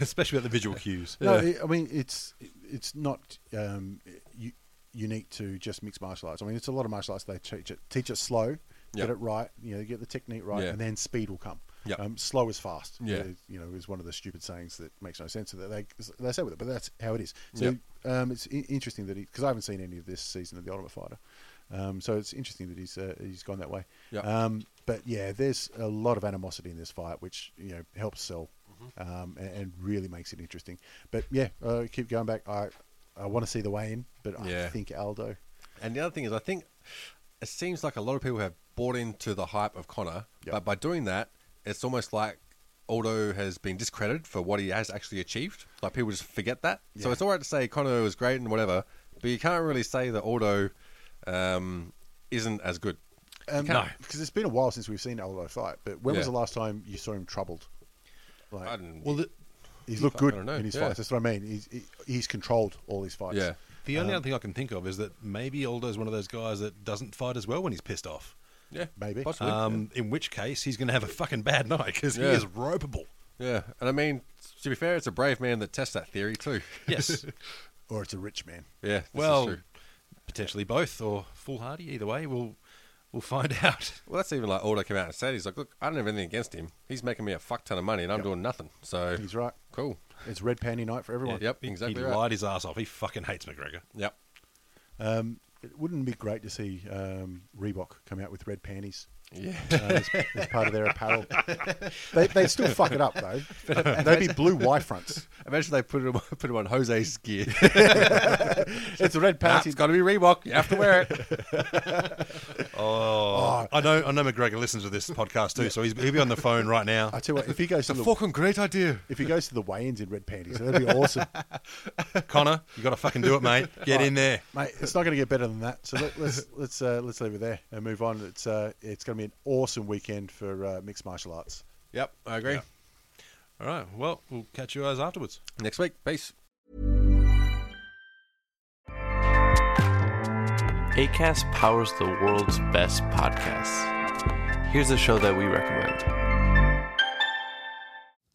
Especially about the visual cues. No, it- I mean it's it's not um, u- unique to just mixed martial arts. I mean, it's a lot of martial arts. They teach it teach it slow, Yep. get it right. You know, get the technique right, Yeah. and then speed will come. Yep. Um, slow is fast. Yeah. Uh, you know, is one of the stupid sayings that makes no sense. That they they say with it, but that's how it is. So Yep. um, it's in- interesting that because I haven't seen any of this season of the Ultimate Fighter, um, so it's interesting that he's uh, he's gone that way. Yep. Um, but yeah, there's a lot of animosity in this fight, which you know helps sell Mm-hmm. um, and, and really makes it interesting. But yeah, uh, keep going back. I I want to see the way in, but I Yeah. think Aldo. And the other thing is, I think it seems like a lot of people have bought into the hype of Connor, Yep. but by doing that, it's almost like Aldo has been discredited for what he has actually achieved. Like people just forget that. So it's all right to say Connor was great and whatever, but you can't really say that Aldo um, isn't as good. Um, No. because it's been a while since we've seen Aldo fight. But when was Yeah. the last time you saw him troubled? Like I don't, Well, the, he's looked I good don't know, in his yeah. fights. That's what I mean. He's he, he's controlled all his fights. yeah, the only other thing I can think of is that maybe Aldo's one of those guys that doesn't fight as well when he's pissed off. yeah, Maybe. possibly. Um, In which case, he's going to have a fucking bad night because Yeah. he is ropeable. yeah, and I mean, to be fair, it's a brave man that tests that theory too. (laughs) Yes. Or it's a rich man. yeah, this is well, true. potentially both or foolhardy. Either way, we'll we'll find (laughs) out. Well, that's even like Aldo came out and said, he's like, look, I don't have anything against him. He's making me a fuck ton of money and I'm doing nothing. So He's right. Cool. It's red panty night for everyone. Yep, He- exactly he right. lied his ass off. He fucking hates McGregor. Yep. It wouldn't be great to see um, Reebok come out with red panties Yeah. uh, as, as part of their (laughs) apparel. They, they'd still fuck it up though. They'd be blue Y fronts. Imagine they put it on, (laughs) put it on Jose's (laughs) gear. It's a red nah, panty. it's got to be Reebok. You have to wear (laughs) it. I know. I know McGregor listens to this podcast too, so he's, he'll be on the phone (laughs) right now. I tell you what, if he goes to the Fucking great idea. if he goes to the weigh-ins in red panties, that'd be (laughs) awesome, Connor, you got to fucking do it, mate. Get in there. mate. It's not going to get better than that. So let, let's let's uh, let's leave it there and move on. It's uh, it's going to be an awesome weekend for uh, mixed martial arts. Yep, I agree. Yeah. All right. Well, we'll catch you guys afterwards. Next week, peace. ACAST powers the world's best podcasts. Here's a show that we recommend.